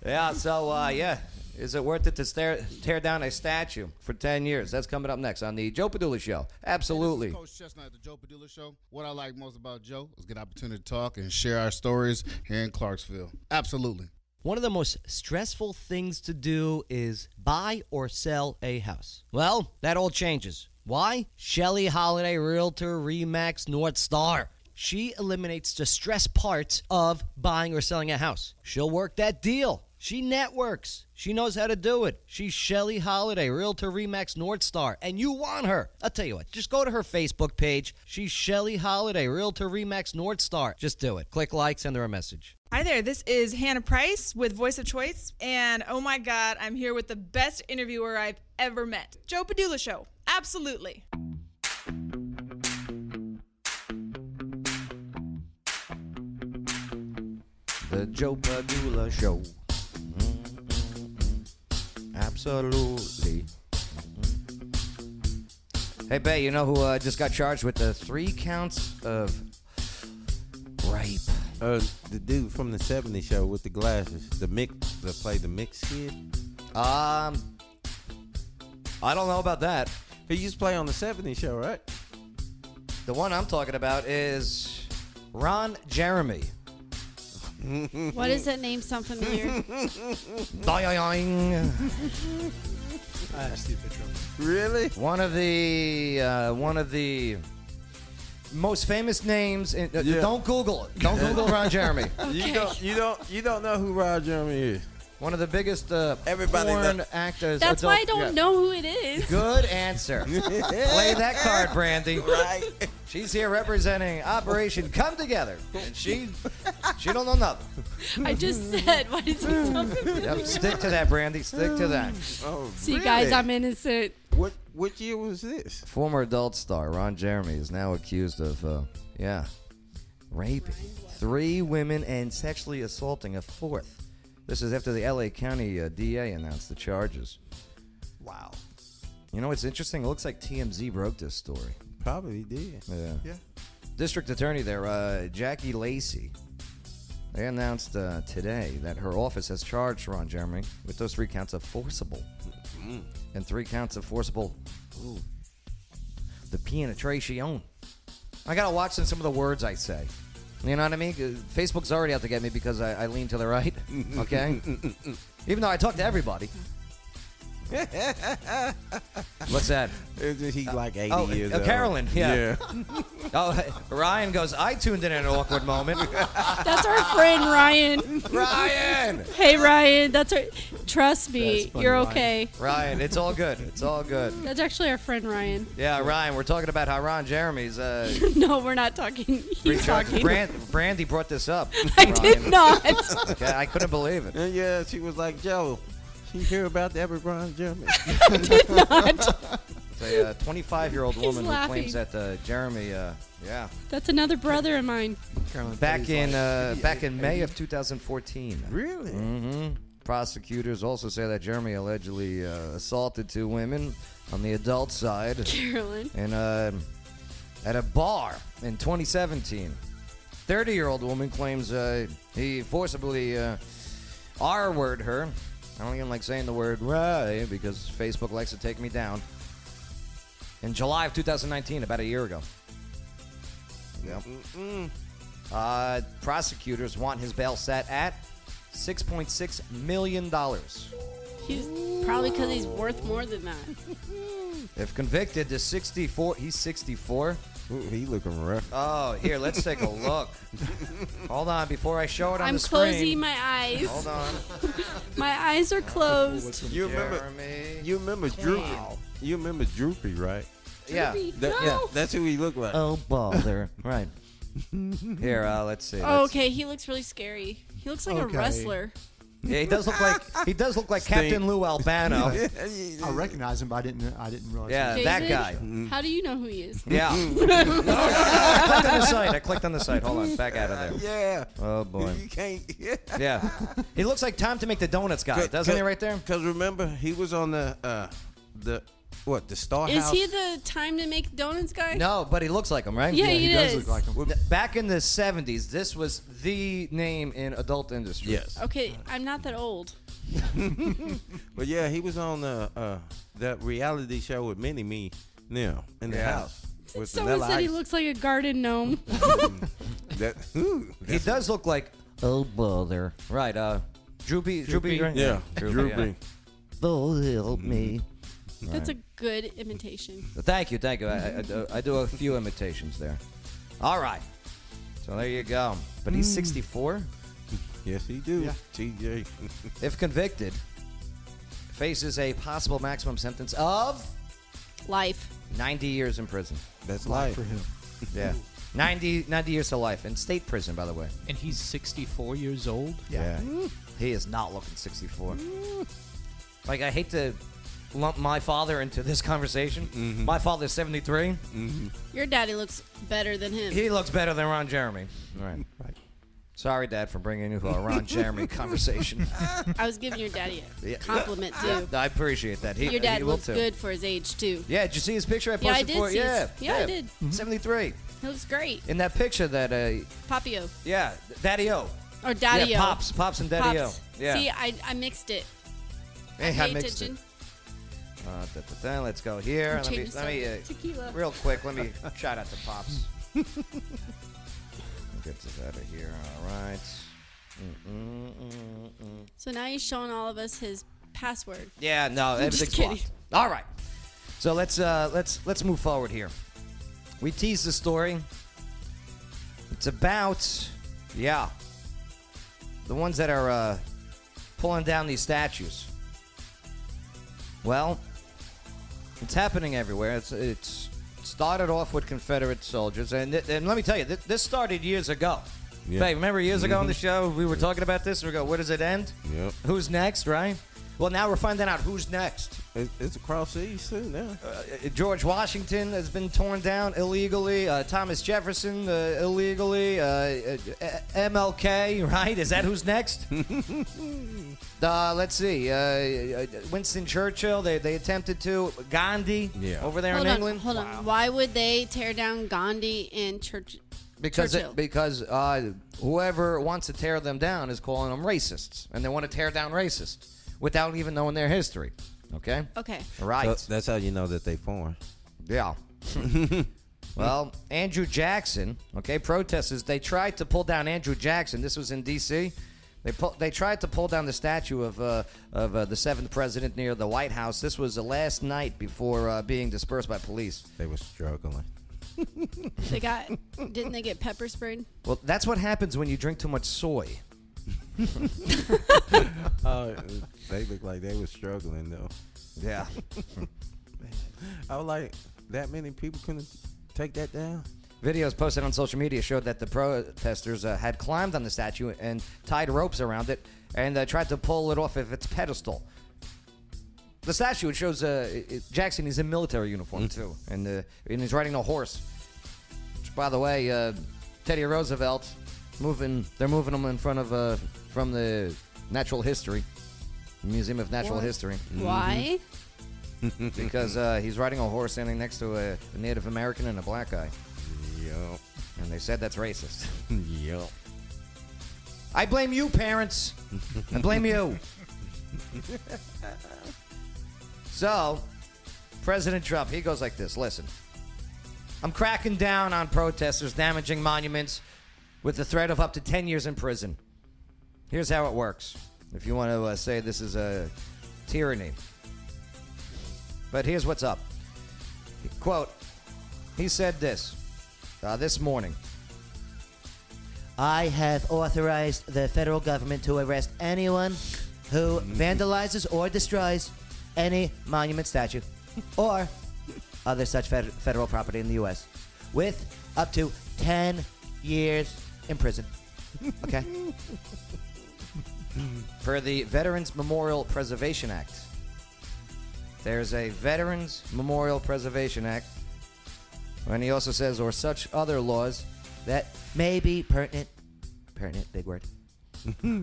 [SPEAKER 1] yeah. So uh, yeah, is it worth it to stare, tear down a statue for ten years? That's coming up next on the Joe Padula Show. Absolutely.
[SPEAKER 7] Coach Chestnut at the Joe Padula Show. What I like most about Joe is get opportunity to talk and share our stories here in Clarksville. Absolutely.
[SPEAKER 1] One of the most stressful things to do is buy or sell a house. Well, that all changes. Why? Shelly Holiday Realtor Remax North Star. She eliminates the stress parts of buying or selling a house. She'll work that deal. She networks. She knows how to do it. She's Shelly Holiday, Realtor Remax North Star, and you want her. I'll tell you what, just go to her Facebook page. She's Shelly Holiday, Realtor Remax North Star. Just do it. Click like, send her a message.
[SPEAKER 8] Hi there, this is Hannah Price with Voice of Choice, and oh my god, I'm here with the best interviewer I've ever met Joe Padula Show. Absolutely.
[SPEAKER 1] The Joe Padula Show. Mm-hmm. Absolutely. Mm-hmm. Hey, Bay, you know who uh, just got charged with the three counts of rape?
[SPEAKER 5] Uh, the dude from the '70s show with the glasses, the mix, that played the mix kid.
[SPEAKER 1] Um, I don't know about that.
[SPEAKER 5] He used to play on the '70s show, right?
[SPEAKER 1] The one I'm talking about is Ron Jeremy.
[SPEAKER 3] What does that name sound familiar?
[SPEAKER 1] Doing.
[SPEAKER 6] I have Steve Pitchell.
[SPEAKER 5] Really?
[SPEAKER 1] One of the uh, one of the most famous names. In, uh,
[SPEAKER 5] Yeah.
[SPEAKER 1] Don't Google it. Don't Google Ron Jeremy.
[SPEAKER 5] You don't, you don't, you don't know who Rod Jeremy is.
[SPEAKER 1] One of the biggest uh,
[SPEAKER 5] Everybody
[SPEAKER 1] porn
[SPEAKER 5] that-
[SPEAKER 1] actors.
[SPEAKER 3] That's why I
[SPEAKER 1] adult-
[SPEAKER 3] don't
[SPEAKER 1] yeah.
[SPEAKER 3] know who it is.
[SPEAKER 1] Good answer. Play that card, Brandy.
[SPEAKER 5] Right?
[SPEAKER 1] She's here representing Operation Come Together, and she she don't know nothing.
[SPEAKER 3] I just said, why does he sound familiar?
[SPEAKER 1] Yep, stick to that, Brandy. Stick to that.
[SPEAKER 5] oh,
[SPEAKER 3] See, guys,
[SPEAKER 5] really?
[SPEAKER 3] I'm innocent.
[SPEAKER 5] What what year was this?
[SPEAKER 1] Former adult star Ron Jeremy is now accused of, uh, yeah, raping three women and sexually assaulting a fourth. This is after the L.A. County uh, DA announced the charges.
[SPEAKER 6] Wow.
[SPEAKER 1] You know what's interesting? It looks like TMZ broke this story.
[SPEAKER 5] Probably did.
[SPEAKER 1] Yeah.
[SPEAKER 6] Yeah.
[SPEAKER 1] District Attorney there, uh, Jackie Lacey. They announced uh, today that her office has charged Ron Jeremy with those three counts of forcible and three counts of forcible. Ooh, the penetration. I gotta watch some of the words I say. You know what I mean? 'Cause Facebook's already out to get me because I, I lean to the right. Okay, even though I talk to everybody. What's that?
[SPEAKER 5] He's he like 80
[SPEAKER 1] oh,
[SPEAKER 5] years
[SPEAKER 1] uh,
[SPEAKER 5] old.
[SPEAKER 1] Carolyn, yeah. Oh, Ryan goes. I tuned in at an awkward moment.
[SPEAKER 3] That's our friend Ryan.
[SPEAKER 1] Ryan!
[SPEAKER 3] Hey, Ryan, that's our. Trust me,
[SPEAKER 6] That's funny,
[SPEAKER 3] you're
[SPEAKER 6] Ryan.
[SPEAKER 3] okay.
[SPEAKER 1] Ryan, it's all good. It's all good.
[SPEAKER 3] That's actually our friend Ryan.
[SPEAKER 1] Yeah, Ryan, we're talking about how Ron Jeremy's uh,
[SPEAKER 3] no, we're not talking. He's
[SPEAKER 1] recharged.
[SPEAKER 3] talking.
[SPEAKER 1] Brand, Brandy brought this up.
[SPEAKER 3] I
[SPEAKER 1] Ryan.
[SPEAKER 3] did not.
[SPEAKER 1] Okay, I couldn't believe it.
[SPEAKER 5] yeah. And Uh, yeah, she was like, Joe, you hear about the Ever Ron Jeremy?
[SPEAKER 1] It's a 25 year old
[SPEAKER 3] He's
[SPEAKER 1] woman who
[SPEAKER 3] laughing.
[SPEAKER 1] claims that uh, Jeremy, uh, yeah,
[SPEAKER 3] That's another brother of mine.
[SPEAKER 6] Carolyn
[SPEAKER 1] back in
[SPEAKER 6] Faye's like,
[SPEAKER 1] uh, back in May of 2014.
[SPEAKER 5] really?
[SPEAKER 1] hmm Prosecutors also say that Jeremy allegedly uh, assaulted two women on the adult side.
[SPEAKER 3] Carolyn.
[SPEAKER 1] and uh, at a bar in 2017. 30 year old woman claims uh, he forcibly uh, R word her. I don't even like saying the word right because Facebook likes to take me down. In July of 2019, about a year ago. Yep. Uh, prosecutors want his bail set at $6.6 million.
[SPEAKER 3] He's probably because he's worth more than that.
[SPEAKER 1] If convicted, the 64, he's 64.
[SPEAKER 5] Ooh, he looking rough.
[SPEAKER 1] Oh, here, let's take a look. Hold on, before I show it on
[SPEAKER 3] I'm
[SPEAKER 1] the screen.
[SPEAKER 3] closing my eyes.
[SPEAKER 1] Hold on.
[SPEAKER 3] My eyes are closed.
[SPEAKER 5] You remember?
[SPEAKER 1] Jeremy.
[SPEAKER 5] You remember Droopy? You remember Droopy, right?
[SPEAKER 1] yeah.
[SPEAKER 5] That,
[SPEAKER 3] no.
[SPEAKER 5] yeah, that's who he looked like.
[SPEAKER 1] Oh, bother. right. Here, uh, let's see.
[SPEAKER 3] Oh,
[SPEAKER 1] let's-
[SPEAKER 3] okay, he looks really scary. He looks like
[SPEAKER 6] Okay.
[SPEAKER 3] a wrestler.
[SPEAKER 1] Yeah, he does look like he does look like Captain Lou Albano.
[SPEAKER 6] I recognize him, but I didn't. I didn't realize.
[SPEAKER 1] Yeah,
[SPEAKER 6] he was-
[SPEAKER 1] Uh, that
[SPEAKER 3] Jason?
[SPEAKER 1] guy. Mm.
[SPEAKER 3] How do you know who he is?
[SPEAKER 1] Yeah. I clicked on the site. I clicked on the site. Hold on, back out of there.
[SPEAKER 5] yeah.
[SPEAKER 1] Oh boy.
[SPEAKER 5] You can't. Yeah.
[SPEAKER 1] Yeah. He looks like Tom to make the donuts guy, doesn't he? Right there.
[SPEAKER 5] Because remember, he was on the uh, the what the Star
[SPEAKER 3] Is
[SPEAKER 5] House.
[SPEAKER 3] he the time to make donuts guy?
[SPEAKER 1] No, but he looks like him, right?
[SPEAKER 3] Yeah, he,
[SPEAKER 6] he
[SPEAKER 3] is.
[SPEAKER 6] does look like him.
[SPEAKER 1] Th- Back in the 70s, this was the name in adult industry.
[SPEAKER 5] yes.
[SPEAKER 3] Okay, I'm not that old.
[SPEAKER 5] But yeah, he was on the uh, that reality show with Minnie Me now in the
[SPEAKER 1] Yeah.
[SPEAKER 5] house with
[SPEAKER 3] Someone
[SPEAKER 5] Vanilla
[SPEAKER 3] said he
[SPEAKER 5] Ice.
[SPEAKER 3] looks like a garden gnome.
[SPEAKER 5] That, ooh,
[SPEAKER 1] He
[SPEAKER 5] that's-
[SPEAKER 1] does look like oh bother. Right, uh Droopy Droopy,
[SPEAKER 4] Droopy.
[SPEAKER 1] right?
[SPEAKER 5] yeah, Droopy.
[SPEAKER 1] Oh, help me.
[SPEAKER 3] That's a good imitation.
[SPEAKER 1] Mm-hmm. Thank you, thank you. I, I- I, do- I do a few imitations there. All right. So there you go. But he's 64.
[SPEAKER 5] Yes, he do.
[SPEAKER 6] Yeah.
[SPEAKER 5] TJ.
[SPEAKER 1] If convicted, faces a possible maximum sentence of
[SPEAKER 3] Life.
[SPEAKER 1] 90 years in prison.
[SPEAKER 5] That's life.
[SPEAKER 6] for him.
[SPEAKER 1] Yeah. 90, 90 years to life in state prison, by the way.
[SPEAKER 4] And he's 64 years old.
[SPEAKER 5] Yeah.
[SPEAKER 1] He is not looking 64. Like, I hate to lump my father into this conversation. My father's 73.
[SPEAKER 3] Your daddy looks better than him.
[SPEAKER 1] He looks better than Ron Jeremy. Right. Right. Sorry, Dad, for bringing you to a Ron Jeremy conversation.
[SPEAKER 3] I was giving your daddy a
[SPEAKER 1] Yeah.
[SPEAKER 3] compliment too.
[SPEAKER 1] I appreciate that. He,
[SPEAKER 3] Your dad
[SPEAKER 1] he will
[SPEAKER 3] looks
[SPEAKER 1] too.
[SPEAKER 3] good for his age too.
[SPEAKER 1] Yeah, did you see his picture I
[SPEAKER 3] Yeah, I
[SPEAKER 1] posted
[SPEAKER 3] did
[SPEAKER 1] for
[SPEAKER 3] see his-
[SPEAKER 1] Yeah,
[SPEAKER 3] yeah, I did.
[SPEAKER 1] 73.
[SPEAKER 3] He looks great.
[SPEAKER 1] In that picture that, uh,
[SPEAKER 3] Papio
[SPEAKER 1] yeah, Daddy O.
[SPEAKER 3] or Daddy.
[SPEAKER 1] Yeah, Pops, Pops and Daddy O. Yeah.
[SPEAKER 3] See, I, I mixed it.
[SPEAKER 1] Hey,
[SPEAKER 3] I
[SPEAKER 1] I
[SPEAKER 3] pay
[SPEAKER 1] mixed
[SPEAKER 3] attention.
[SPEAKER 1] it. Uh, da, da, da, let's go here. Let me,
[SPEAKER 3] Change
[SPEAKER 1] let me,
[SPEAKER 3] some
[SPEAKER 1] uh,
[SPEAKER 3] tequila.
[SPEAKER 1] real quick, let me shout out to Pops. Get this out of here. All right. Mm, Mm-mm-mm-mm.
[SPEAKER 3] So now he's showing all of us his password.
[SPEAKER 1] Yeah, no,
[SPEAKER 3] just
[SPEAKER 1] everything's
[SPEAKER 3] kidding.
[SPEAKER 1] blocked. All right. So let's uh, let's let's move forward here. We teased the story. It's about yeah, the ones that are uh, pulling down these statues. Well, it's happening everywhere. It's it's it started off with Confederate soldiers, and th- and let me tell you, th- this started years ago.
[SPEAKER 5] Yeah.
[SPEAKER 1] Babe, remember years ago on the show we were talking about this, and we go, where does it end?
[SPEAKER 5] Yep.
[SPEAKER 1] Who's next, right? Well, now we're finding out who's next.
[SPEAKER 5] It, it's across the east too now.
[SPEAKER 1] Uh, George Washington has been torn down illegally. Uh, Thomas Jefferson uh, illegally. Uh, uh, MLK, right? Is that who's next? uh, let's see. Uh, Uh, Winston Churchill. They, they attempted to. Gandhi
[SPEAKER 5] Yeah.
[SPEAKER 1] over there
[SPEAKER 3] hold
[SPEAKER 1] in
[SPEAKER 3] on,
[SPEAKER 1] England.
[SPEAKER 3] hold on. Why would they tear down Gandhi and Church?
[SPEAKER 1] Because
[SPEAKER 3] Churchill.
[SPEAKER 1] it, because uh, whoever wants to tear them down is calling them racists, and they want to tear down racists without even knowing their history. Okay.
[SPEAKER 3] Okay.
[SPEAKER 1] Right.
[SPEAKER 5] So that's how you know that they foreign.
[SPEAKER 1] Yeah. well, Andrew Jackson, okay, protesters, they tried to pull down Andrew Jackson. This was in D.C. They, pull, they tried to pull down the statue of, uh, of uh, the seventh president near the White House. This was the last night before uh, being dispersed by police.
[SPEAKER 5] They were struggling.
[SPEAKER 3] They got didn't they get pepper sprayed?
[SPEAKER 1] Well, that's what happens when you drink too much soy.
[SPEAKER 5] Oh, they look like they were struggling though.
[SPEAKER 1] Yeah.
[SPEAKER 5] I was like, that many people couldn't take that down.
[SPEAKER 1] Videos posted on social media showed that the protesters uh, had climbed on the statue and tied ropes around it and uh, tried to pull it off of its pedestal. The statue it shows uh, it, Jackson is in military uniform too, and uh, and he's riding a horse. Which, by the way, uh, Teddy Roosevelt moving they're moving him in front of uh, from the Natural History Museum of Natural
[SPEAKER 3] What?
[SPEAKER 1] History
[SPEAKER 3] Why?
[SPEAKER 1] because uh, he's riding a horse standing next to a Native American and a black guy,
[SPEAKER 5] Yup.
[SPEAKER 1] and they said that's racist.
[SPEAKER 5] Yup.
[SPEAKER 1] I blame you, parents. I blame you. so, President Trump, he goes like this Listen, I'm cracking down on protesters damaging monuments with the threat of up to 10 years in prison. Here's how it works if you want to uh, say this is a tyranny. But here's what's up. Quote, he said this uh, this morning. I have authorized the federal government to arrest anyone who vandalizes or destroys any monument, statue, or other such fed- federal property in the U.S. with up to 10 years in prison. Okay? for the Veterans Memorial Preservation Act. There's a Veterans Memorial Preservation Act, and he also says, or such other laws that may be pertinent. Pertinent, big word.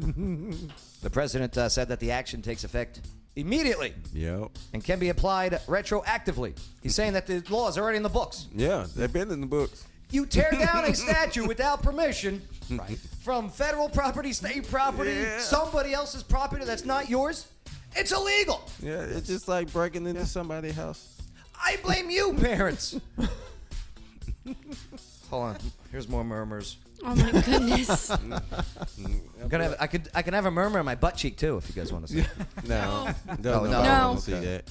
[SPEAKER 1] the president uh, said that the action takes effect immediately
[SPEAKER 5] Yep.
[SPEAKER 1] and can be applied retroactively. He's saying that the law is already in the books.
[SPEAKER 5] Yeah, they've been in the books.
[SPEAKER 1] You tear down a statue without permission from federal property, state property,
[SPEAKER 5] Yeah.
[SPEAKER 1] somebody else's property that's not yours. It's illegal.
[SPEAKER 5] Yeah, it's just like breaking into somebody's house.
[SPEAKER 1] I blame you, parents. Hold on. Here's more murmurs.
[SPEAKER 3] Oh my goodness.
[SPEAKER 1] I'm gonna have, I could I can have a murmur in my butt cheek too if you guys want to see.
[SPEAKER 9] Oh,
[SPEAKER 5] No,
[SPEAKER 1] No,
[SPEAKER 5] no,
[SPEAKER 1] no.
[SPEAKER 3] No.
[SPEAKER 5] See that?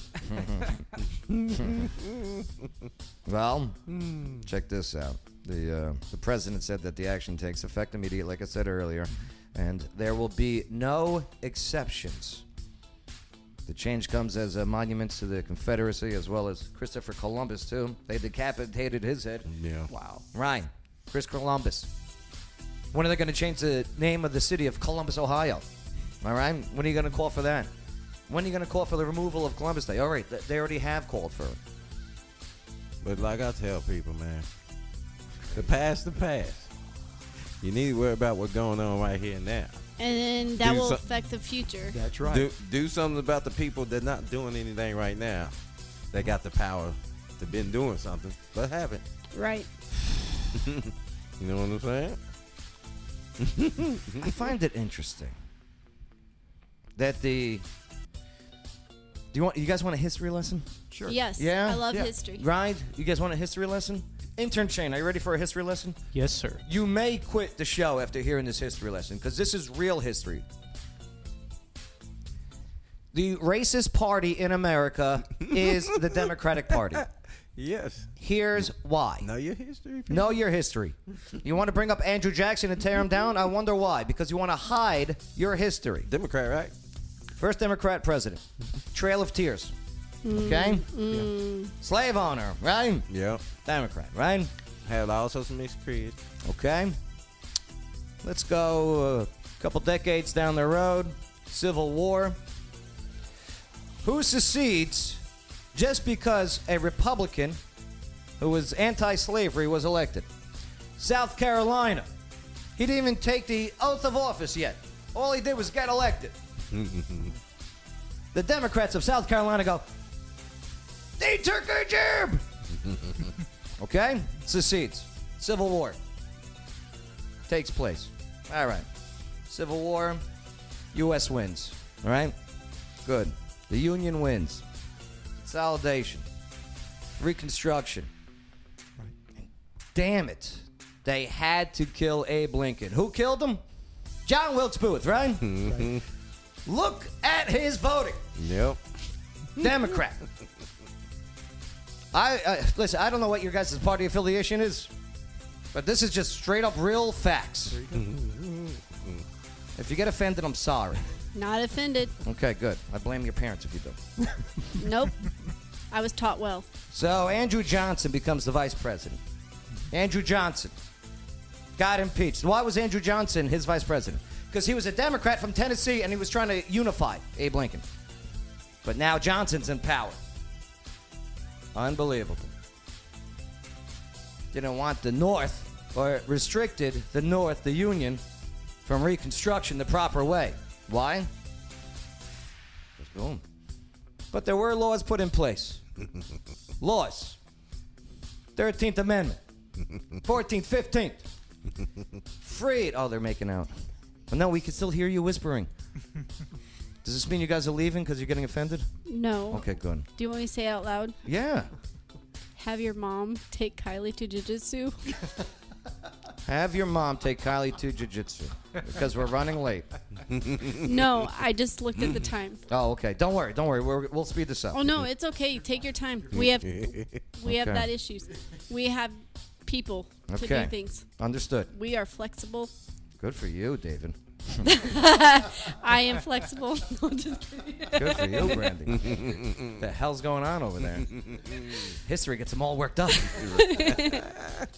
[SPEAKER 1] Well, check this out. The uh, the president said that the action takes effect immediately, like I said earlier, and there will be no exceptions. The change comes as uh, monuments to the Confederacy as well as Christopher Columbus too. They decapitated his head.
[SPEAKER 5] Yeah.
[SPEAKER 1] Wow. Ryan, Chris Columbus. When are they going to change the name of the city of Columbus, Ohio? All right. When are you going to call for that? When are you going to call for the removal of Columbus Day? All right. th- They already have called for it.
[SPEAKER 5] But like I tell people, man, the past, the past. You need to worry about what's going on right here and now.
[SPEAKER 3] and then that
[SPEAKER 5] Do
[SPEAKER 3] will
[SPEAKER 5] so-
[SPEAKER 3] affect the future.
[SPEAKER 6] That's right.
[SPEAKER 5] Do do something about the people that not doing anything right now. They got the power to been doing something, but haven't.
[SPEAKER 3] Right.
[SPEAKER 5] You know what I'm saying?
[SPEAKER 1] I find it interesting that the. Do you want? You guys want a history lesson?
[SPEAKER 6] Sure.
[SPEAKER 3] Yes. I love history.
[SPEAKER 1] Right? You guys want a history lesson? Intern Shane, are you ready for a history lesson?
[SPEAKER 4] Yes, sir.
[SPEAKER 1] You may quit the show after hearing this history lesson because this is real history. The racist party in America is the Democratic Party.
[SPEAKER 5] Yes.
[SPEAKER 1] Here's why.
[SPEAKER 5] Know your history. people.
[SPEAKER 1] Know your history. You want to bring up Andrew Jackson and tear him down? I wonder why. Because you want to hide your history.
[SPEAKER 5] Democrat, right?
[SPEAKER 1] First Democrat president. Trail of Tears. Okay? Slave owner, right?
[SPEAKER 5] Yep.
[SPEAKER 1] Democrat, right?
[SPEAKER 5] Had also some mixed creed.
[SPEAKER 1] Okay? Let's go a couple decades down the road. Civil War. Who secedes just because a Republican who was anti slavery was elected? South Carolina. He didn't even take the oath of office yet. All he did was get elected. the Democrats of South Carolina go, they took her job! okay? Secedes. Civil War takes place. All right. Civil War, U.S. wins. All right? Good. The Union wins. Consolidation. Reconstruction. Damn it. They had to kill Abe Lincoln. Who killed him? John Wilkes Booth, right? Look at his voting.
[SPEAKER 5] Yep.
[SPEAKER 1] Democrat. I, I listen. I don't know what your guys' party affiliation is, but this is just straight up real facts. if you get offended, I'm sorry.
[SPEAKER 3] Not offended.
[SPEAKER 1] Okay, good. I blame your parents if you do.
[SPEAKER 3] Nope. I was taught well.
[SPEAKER 1] So Andrew Johnson becomes the vice president. Andrew Johnson got impeached. Why was Andrew Johnson his vice president? Because he was a Democrat from Tennessee and he was trying to unify Abe Lincoln. But now Johnson's in power. Unbelievable. Didn't want the North, or restricted the North, the Union, from Reconstruction the proper way. Why? Just boom. But there were laws put in place laws 13th amendment 14th 15th freed oh they're making out well, no we can still hear you whispering does this mean you guys are leaving because you're getting offended
[SPEAKER 3] No.
[SPEAKER 1] okay good
[SPEAKER 3] Do you want me to say out loud?
[SPEAKER 1] yeah
[SPEAKER 3] Have your mom take Kylie to jujitsu.
[SPEAKER 1] have your mom take kylie to jiu-jitsu because we're running late
[SPEAKER 3] no, I just looked at the time.
[SPEAKER 1] oh okay don't worry don't worry we're, we'll speed this up
[SPEAKER 3] Oh no, it's okay. Take your time. We have we have
[SPEAKER 1] Okay.
[SPEAKER 3] that issues. We have people to
[SPEAKER 1] Okay.
[SPEAKER 3] do things.
[SPEAKER 1] understood
[SPEAKER 3] We are flexible.
[SPEAKER 1] good for you david
[SPEAKER 3] I am flexible. No, I'm just kidding.
[SPEAKER 1] good for you brandy the hell's going on over there history gets them all worked up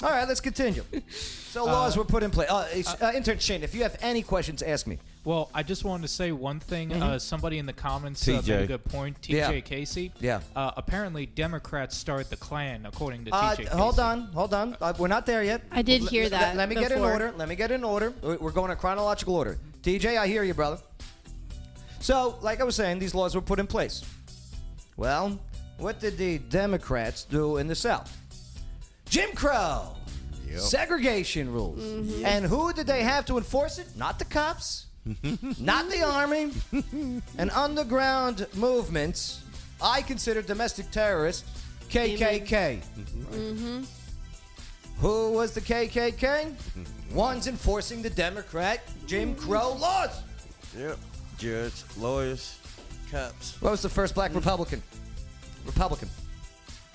[SPEAKER 1] all right let's continue so laws were put in place uh, it's- uh, intern shane if you have any questions ask me
[SPEAKER 4] Well, I just wanted to say one thing.
[SPEAKER 1] Mm-hmm.
[SPEAKER 4] Uh, somebody in the comments uh, made
[SPEAKER 5] TJ.
[SPEAKER 4] a good point. TJ
[SPEAKER 1] Yeah.
[SPEAKER 4] Casey.
[SPEAKER 1] Yeah.
[SPEAKER 4] Uh, apparently, Democrats start the Klan, according to
[SPEAKER 1] Uh,
[SPEAKER 4] TJ.
[SPEAKER 1] hold
[SPEAKER 4] Casey.
[SPEAKER 1] on, hold on. Uh, we're not there yet.
[SPEAKER 3] I did
[SPEAKER 1] Let-
[SPEAKER 3] hear
[SPEAKER 1] let-
[SPEAKER 3] that
[SPEAKER 1] Let me get in
[SPEAKER 3] before.
[SPEAKER 1] order. Let me get in order. We- We're going in chronological order. TJ, I hear you, brother. So, like I was saying, these laws were put in place. Well, what did the Democrats do in the South? Jim Crow, segregation rules. And who did they have to enforce it? Not the cops, not the army, an underground movement I consider domestic terrorist, KKK. Mm-hmm. Who was the KKK? One's enforcing the Democrat Jim Crow laws.
[SPEAKER 5] Yep. Judge, lawyers, cops.
[SPEAKER 1] What was the first black Republican? Republican.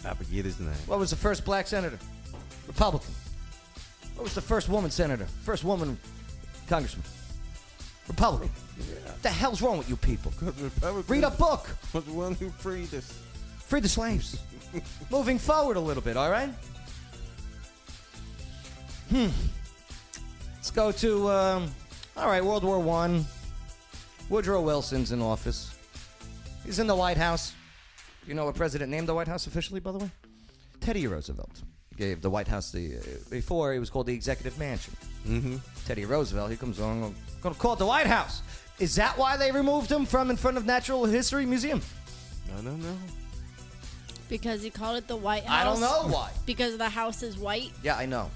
[SPEAKER 5] I forget his name.
[SPEAKER 1] What was the first black senator? Republican. What was the first woman senator? First woman congressman? Republican. What the hell's wrong with you people?
[SPEAKER 5] Because Republicans
[SPEAKER 1] Read a book.
[SPEAKER 5] was the one who freed us.
[SPEAKER 1] Free the slaves. Moving forward a little bit, all right? Hmm. Let's go to, um, all right, World War One. Woodrow Wilson's in office. He's in the White House. You know what president named the White House officially, by the way? Teddy Roosevelt gave the White House the, uh, before it was called the Executive Mansion. Teddy Roosevelt, he comes along, I'm going to call it the White House. Is that why they removed him from in front of Natural History Museum?
[SPEAKER 5] No, no, no.
[SPEAKER 3] because he called it the White House.
[SPEAKER 1] I don't know why.
[SPEAKER 3] Because the house is white.
[SPEAKER 1] Yeah, I know.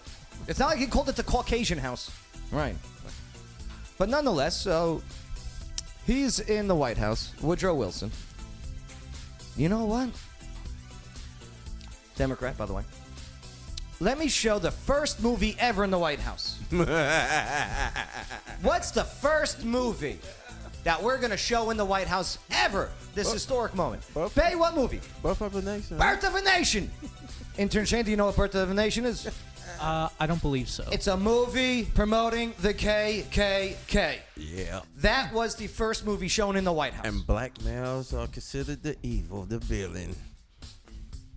[SPEAKER 1] it's not like he called it the Caucasian house. Right. But nonetheless, so he's in the White House, Woodrow Wilson. You know what? Democrat, by the way. Let me show the first movie ever in the White House. What's the first movie that we're going to show in the White House ever? This historic moment.
[SPEAKER 5] Oh.
[SPEAKER 1] Bay, what movie?
[SPEAKER 5] Buff up the nation.
[SPEAKER 1] Birth of a Nation. Intern Shane, do you know what Birth of a Nation is?
[SPEAKER 4] Uh, I don't believe so.
[SPEAKER 1] It's a movie promoting the KKK.
[SPEAKER 5] Yeah.
[SPEAKER 1] That was the first movie shown in the White House.
[SPEAKER 5] And black males are considered the evil, the villain.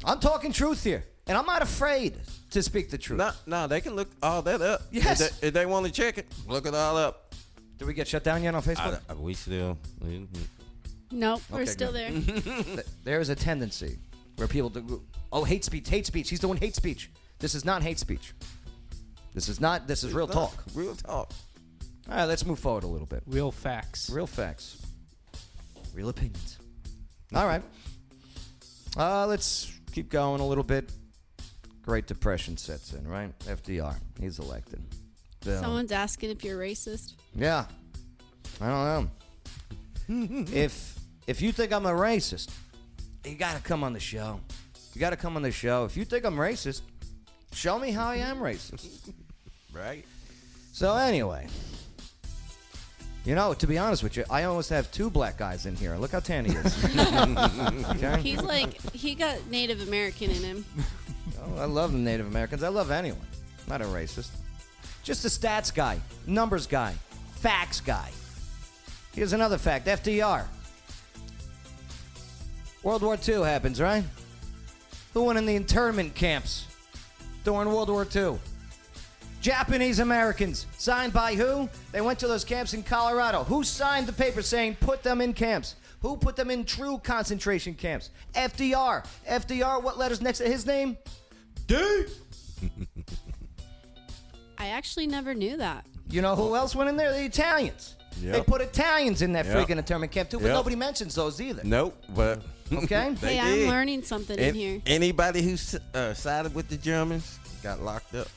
[SPEAKER 1] I'm talking truth here, and I'm not afraid to speak the truth.
[SPEAKER 5] No, no, they can look all that up.
[SPEAKER 1] Yes.
[SPEAKER 5] If they, if they want to check it, look it all up.
[SPEAKER 1] Did we get shut down yet on Facebook?
[SPEAKER 5] I- we still. mhm.
[SPEAKER 3] Nope, we're
[SPEAKER 1] Okay,
[SPEAKER 3] still there.
[SPEAKER 1] Th- There is a tendency where people do, oh, hate speech, hate speech. He's doing hate speech. This is not hate speech. This is not, this is real
[SPEAKER 5] Look,
[SPEAKER 1] talk.
[SPEAKER 5] Real talk.
[SPEAKER 1] All right, let's move forward a little bit.
[SPEAKER 4] Real facts.
[SPEAKER 1] Real facts. Real opinions. All right. Uh, let's keep going a little bit. Great Depression sets in, right? FDR. He's elected. Bill.
[SPEAKER 3] Someone's asking if you're racist.
[SPEAKER 1] Yeah. I don't know. if if you think I'm a racist, you gotta come on the show. You gotta come on the show. If you think I'm racist, show me how I am racist.
[SPEAKER 5] Right?
[SPEAKER 1] So anyway, you know, to be honest with you, I almost have two black guys in here. Look how tan he is. okay,
[SPEAKER 3] He's like, he got Native American in him.
[SPEAKER 1] Oh, I love the Native Americans. I love anyone. Not a racist. Just a stats guy, numbers guy, facts guy. Here's another fact: FDR. World War II happens, right? Who went in the internment camps during World War II? Japanese Americans. Signed by who? They went to those camps in Colorado. Who signed the paper saying put them in camps? Who put them in true concentration camps? FDR. FDR, what letters next to his name? D.
[SPEAKER 3] I actually never knew that.
[SPEAKER 1] You know who else went in there? The Italians.
[SPEAKER 5] Yep.
[SPEAKER 1] They put Italians in that
[SPEAKER 5] Yep.
[SPEAKER 1] freaking internment camp too, but
[SPEAKER 5] Yep.
[SPEAKER 1] nobody mentions those either.
[SPEAKER 5] Nope, but.
[SPEAKER 1] Okay.
[SPEAKER 5] they
[SPEAKER 3] hey,
[SPEAKER 5] did.
[SPEAKER 3] I'm learning something in
[SPEAKER 5] An-
[SPEAKER 3] here.
[SPEAKER 5] Anybody who s- uh, sided with the Germans got locked up.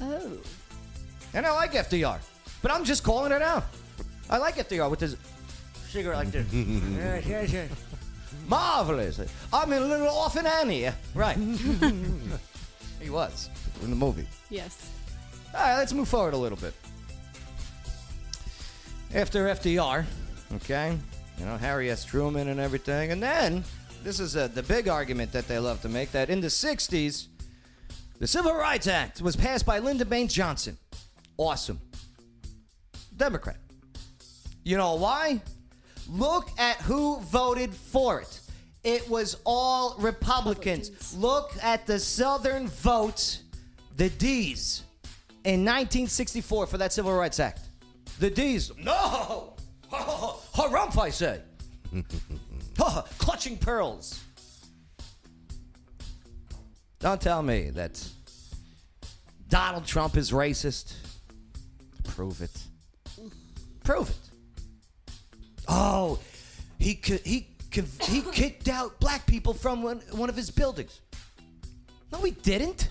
[SPEAKER 3] Oh.
[SPEAKER 1] And I like FDR, but I'm just calling it out. I like FDR with his cigarette like this. Yes, yes, yes. Marvelous. I'm in a little orphan Annie. Right. he was in the movie.
[SPEAKER 3] Yes.
[SPEAKER 1] All right, let's move forward a little bit. After FDR, okay, you know, Harry S. Truman and everything. And then, this is uh the big argument that they love to make that in the 60s, the Civil Rights Act was passed by Lyndon Baines Johnson. Awesome. Democrat. You know why? Look at who voted for it. It was all Republicans.
[SPEAKER 3] Republicans.
[SPEAKER 1] Look at the Southern vote, the D's, in 1964 for that Civil Rights Act. The D's, no! Harumph, I say. Clutching pearls. Don't tell me that Donald Trump is racist. Prove it. Prove it. Oh, he co- he co- he kicked out black people from one, one of his buildings. No, he didn't.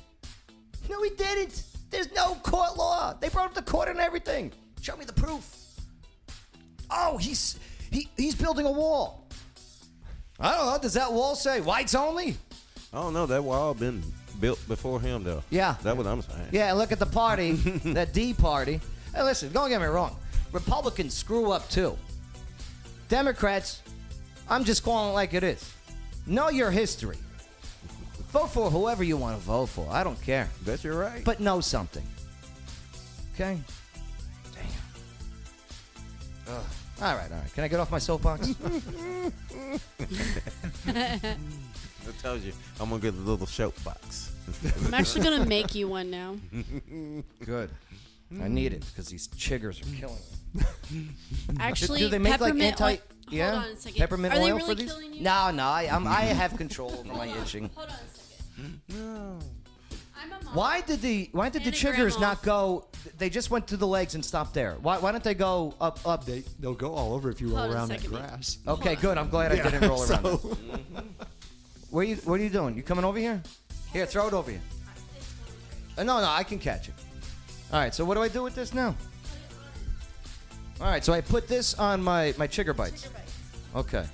[SPEAKER 1] No, he didn't. There's no court law. They brought up the court and everything. Show me the proof. Oh, he's he, he's building a wall. I don't know. Does that wall say whites only?
[SPEAKER 5] I don't know. That wall been built before him though.
[SPEAKER 1] Yeah.
[SPEAKER 5] That what I'm saying.
[SPEAKER 1] Yeah, and look at the party, that D party. Hey, listen, don't get me wrong. Republicans screw up too. Democrats, I'm just calling it like it is. Know your history. Vote for whoever you want to vote for. I don't care.
[SPEAKER 5] Bet you're right.
[SPEAKER 1] But know something. Okay? Damn. Ugh. All right, all right. Can I get off my soapbox?
[SPEAKER 5] I told you, I'm gonna get a little soapbox.
[SPEAKER 3] I'm actually gonna make you one now.
[SPEAKER 1] Mm. Good. I need it because these chiggers are killing me.
[SPEAKER 3] Actually,
[SPEAKER 1] Do they make like
[SPEAKER 3] peppermint
[SPEAKER 1] anti?
[SPEAKER 3] oil-
[SPEAKER 1] yeah,
[SPEAKER 3] Hold on a second.
[SPEAKER 1] peppermint
[SPEAKER 3] Are
[SPEAKER 1] oil
[SPEAKER 3] they really
[SPEAKER 1] for these?
[SPEAKER 3] killing you?
[SPEAKER 1] No, no, I, I'm, I have control over my itching.
[SPEAKER 3] Hold on a second. No. I'm a mom.
[SPEAKER 1] Why did the Why did the
[SPEAKER 3] And a
[SPEAKER 1] chiggers
[SPEAKER 3] grandma.
[SPEAKER 1] not go? They just went to the legs and stopped there. Why Why don't they go up up?
[SPEAKER 6] They, they'll go all over if you
[SPEAKER 3] Hold
[SPEAKER 6] roll
[SPEAKER 3] on a
[SPEAKER 6] around that
[SPEAKER 3] second, Nick.
[SPEAKER 6] grass.
[SPEAKER 1] Okay, good. I'm glad I didn't roll around. it. What are you What are you doing? You coming over here? Here, throw it over here. Uh, no, no, I can catch it. All right. So what do I do with this now? All right. So I put this on my my chigger bites. Okay.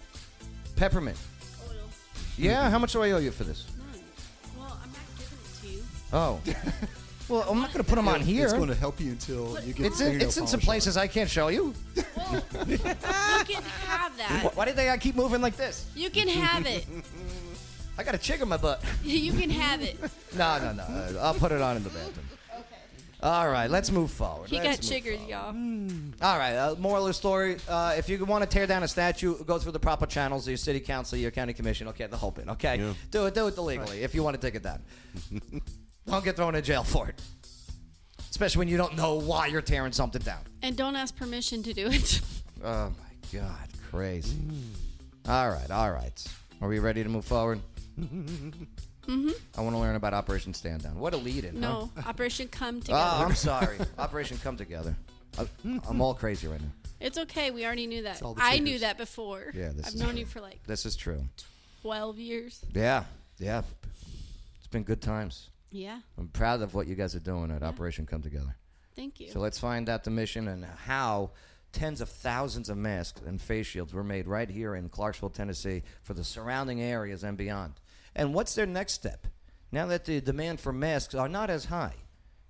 [SPEAKER 1] Peppermint.
[SPEAKER 3] Oil.
[SPEAKER 1] Yeah. How much do I owe you for this?
[SPEAKER 3] None. Well, I'm not giving it to you.
[SPEAKER 1] Oh. Well, I'm not going to put them on here.
[SPEAKER 6] It's going to help you until you get
[SPEAKER 1] It's in,
[SPEAKER 6] fingernail
[SPEAKER 1] it's in some
[SPEAKER 6] polish on it.
[SPEAKER 1] places I can't show you.
[SPEAKER 3] Well, you can have that.
[SPEAKER 1] Why do they gotta keep moving like this?
[SPEAKER 3] You can have it.
[SPEAKER 1] I got a chick in my butt.
[SPEAKER 3] You can have it.
[SPEAKER 1] No, no, no. I'll put it on in the bathroom. All right, let's move forward.
[SPEAKER 3] He got
[SPEAKER 1] Let's move-
[SPEAKER 3] chiggers, y'all.
[SPEAKER 1] All right, uh, moral of the story uh, if you want to tear down a statue, go through the proper channels your city council, your county commission, okay, the whole bit, okay?
[SPEAKER 5] Yeah.
[SPEAKER 1] Do it, do it illegally if you want to take it down. don't get thrown in jail for it, especially when you don't know why you're tearing something down.
[SPEAKER 3] And don't ask permission to do it.
[SPEAKER 1] Oh my God, crazy. All right, all right. Are we ready to move forward? I want to learn about Operation Stand Down. What a lead in,
[SPEAKER 3] No. Operation Come
[SPEAKER 1] huh?
[SPEAKER 3] Together.
[SPEAKER 1] Oh, I'm sorry. Operation Come Together. I, I'm all crazy right now.
[SPEAKER 3] it's okay. We already knew that.
[SPEAKER 6] all the
[SPEAKER 3] I
[SPEAKER 6] chiggers.
[SPEAKER 3] knew that before.
[SPEAKER 1] Yeah, this
[SPEAKER 3] I've
[SPEAKER 1] is
[SPEAKER 3] known
[SPEAKER 1] true.
[SPEAKER 3] you for like
[SPEAKER 1] This is true.
[SPEAKER 3] 12 years.
[SPEAKER 1] Yeah, yeah. It's been good times.
[SPEAKER 3] Yeah.
[SPEAKER 1] I'm proud of what you guys are doing at Operation Come Together.
[SPEAKER 3] Thank you.
[SPEAKER 1] So let's find out the mission and how tens of thousands of masks and face shields were made right here in Clarksville, Tennessee, for the surrounding areas and beyond. And what's their next step? Now that the demand for masks are not as high,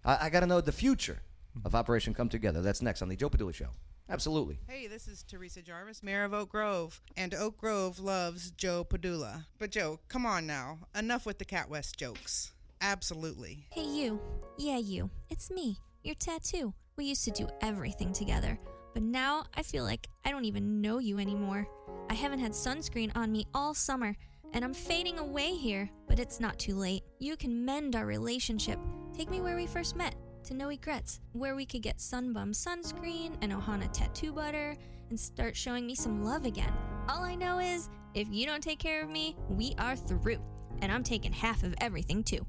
[SPEAKER 1] I, I got to know the future of Operation Come Together. That's next on the Joe Padula Show. Absolutely.
[SPEAKER 9] Hey, this is Teresa Jarvis, Mayor of Oak Grove, and Oak Grove loves Joe Padula. But Joe, come on now, enough with the Cat West jokes. Absolutely.
[SPEAKER 10] Hey, you. Yeah, you. It's me, your tattoo. We used to do everything together, but now I feel like I don't even know you anymore. I haven't had sunscreen on me all summer, and I'm fading away here, but it's not too late. You can mend our relationship. Take me where we first met, to No Regrets, where we could get Sunbum sunscreen and Ohana tattoo butter and start showing me some love again. All I know is, if you don't take care of me, we are through, and I'm taking half of everything too.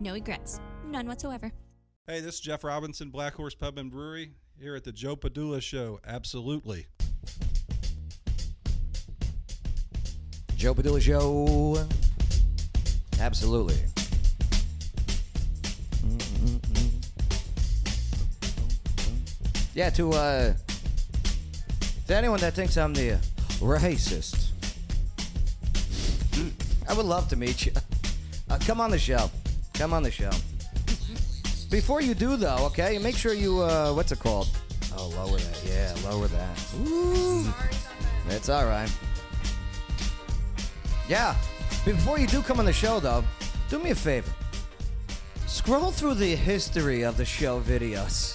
[SPEAKER 10] No regrets. None whatsoever.
[SPEAKER 11] Hey, this is Jeff Robinson, Black Horse Pub and Brewery, here at the Joe Padula Show. Absolutely.
[SPEAKER 1] Joe Padula Show. Absolutely. Yeah, to uh, to anyone that thinks I'm the racist, I would love to meet you. Uh, come on the show. Come on the show. Before you do, though, okay, make sure you uh, what's it called? Oh, lower that. Yeah, lower that. Ooh, it's all right. Yeah. Before you do come on the show, though, do me a favor. Scroll through the history of the show videos.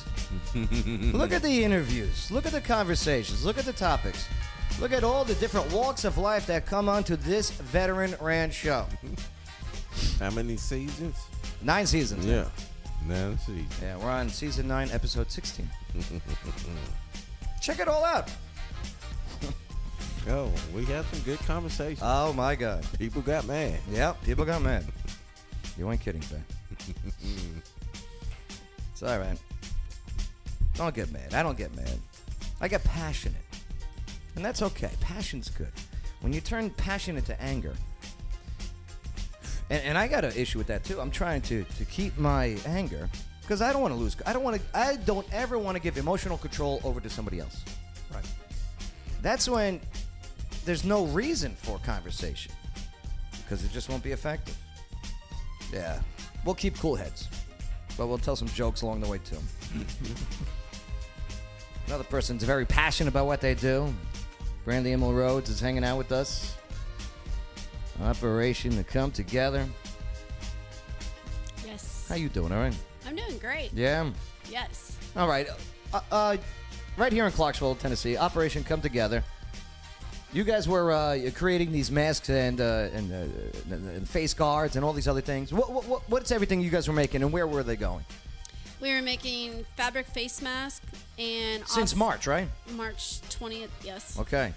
[SPEAKER 1] look at the interviews. Look at the conversations. Look at the topics. Look at all the different walks of life that come onto this veteran ranch show.
[SPEAKER 5] How many seasons?
[SPEAKER 1] Nine seasons.
[SPEAKER 5] Yeah. Nine seasons.
[SPEAKER 1] Yeah, we're on season nine, episode 16. Check it all out.
[SPEAKER 5] Oh, we had some good conversations.
[SPEAKER 1] Oh my God.
[SPEAKER 5] People got mad.
[SPEAKER 1] Yep, people got mad. You ain't kidding, Fat. it's all right. Don't get mad. I don't get mad. I get passionate. And that's okay. Passion's good. When you turn passion into anger, and, and I got an issue with that too. I'm trying to, to keep my anger because I don't want to lose. I don't want to. I don't ever want to give emotional control over to somebody else.
[SPEAKER 4] Right.
[SPEAKER 1] That's when there's no reason for conversation because it just won't be effective. Yeah. We'll keep cool heads, but we'll tell some jokes along the way too. Another person's very passionate about what they do. Brandy Emil Rhodes is hanging out with us. Operation to come together.
[SPEAKER 3] Yes.
[SPEAKER 1] How you doing? All right.
[SPEAKER 3] I'm doing great.
[SPEAKER 1] Yeah.
[SPEAKER 3] Yes.
[SPEAKER 1] All right. Uh, uh, right here in Clarksville, Tennessee, Operation Come Together. You guys were uh, creating these masks and uh, and, uh, and and face guards and all these other things. What, what- what, what's everything you guys were making and where were they going?
[SPEAKER 3] We were making fabric face masks and
[SPEAKER 1] Since
[SPEAKER 3] also-
[SPEAKER 1] March, right?
[SPEAKER 3] March 20th, yes.
[SPEAKER 1] Okay.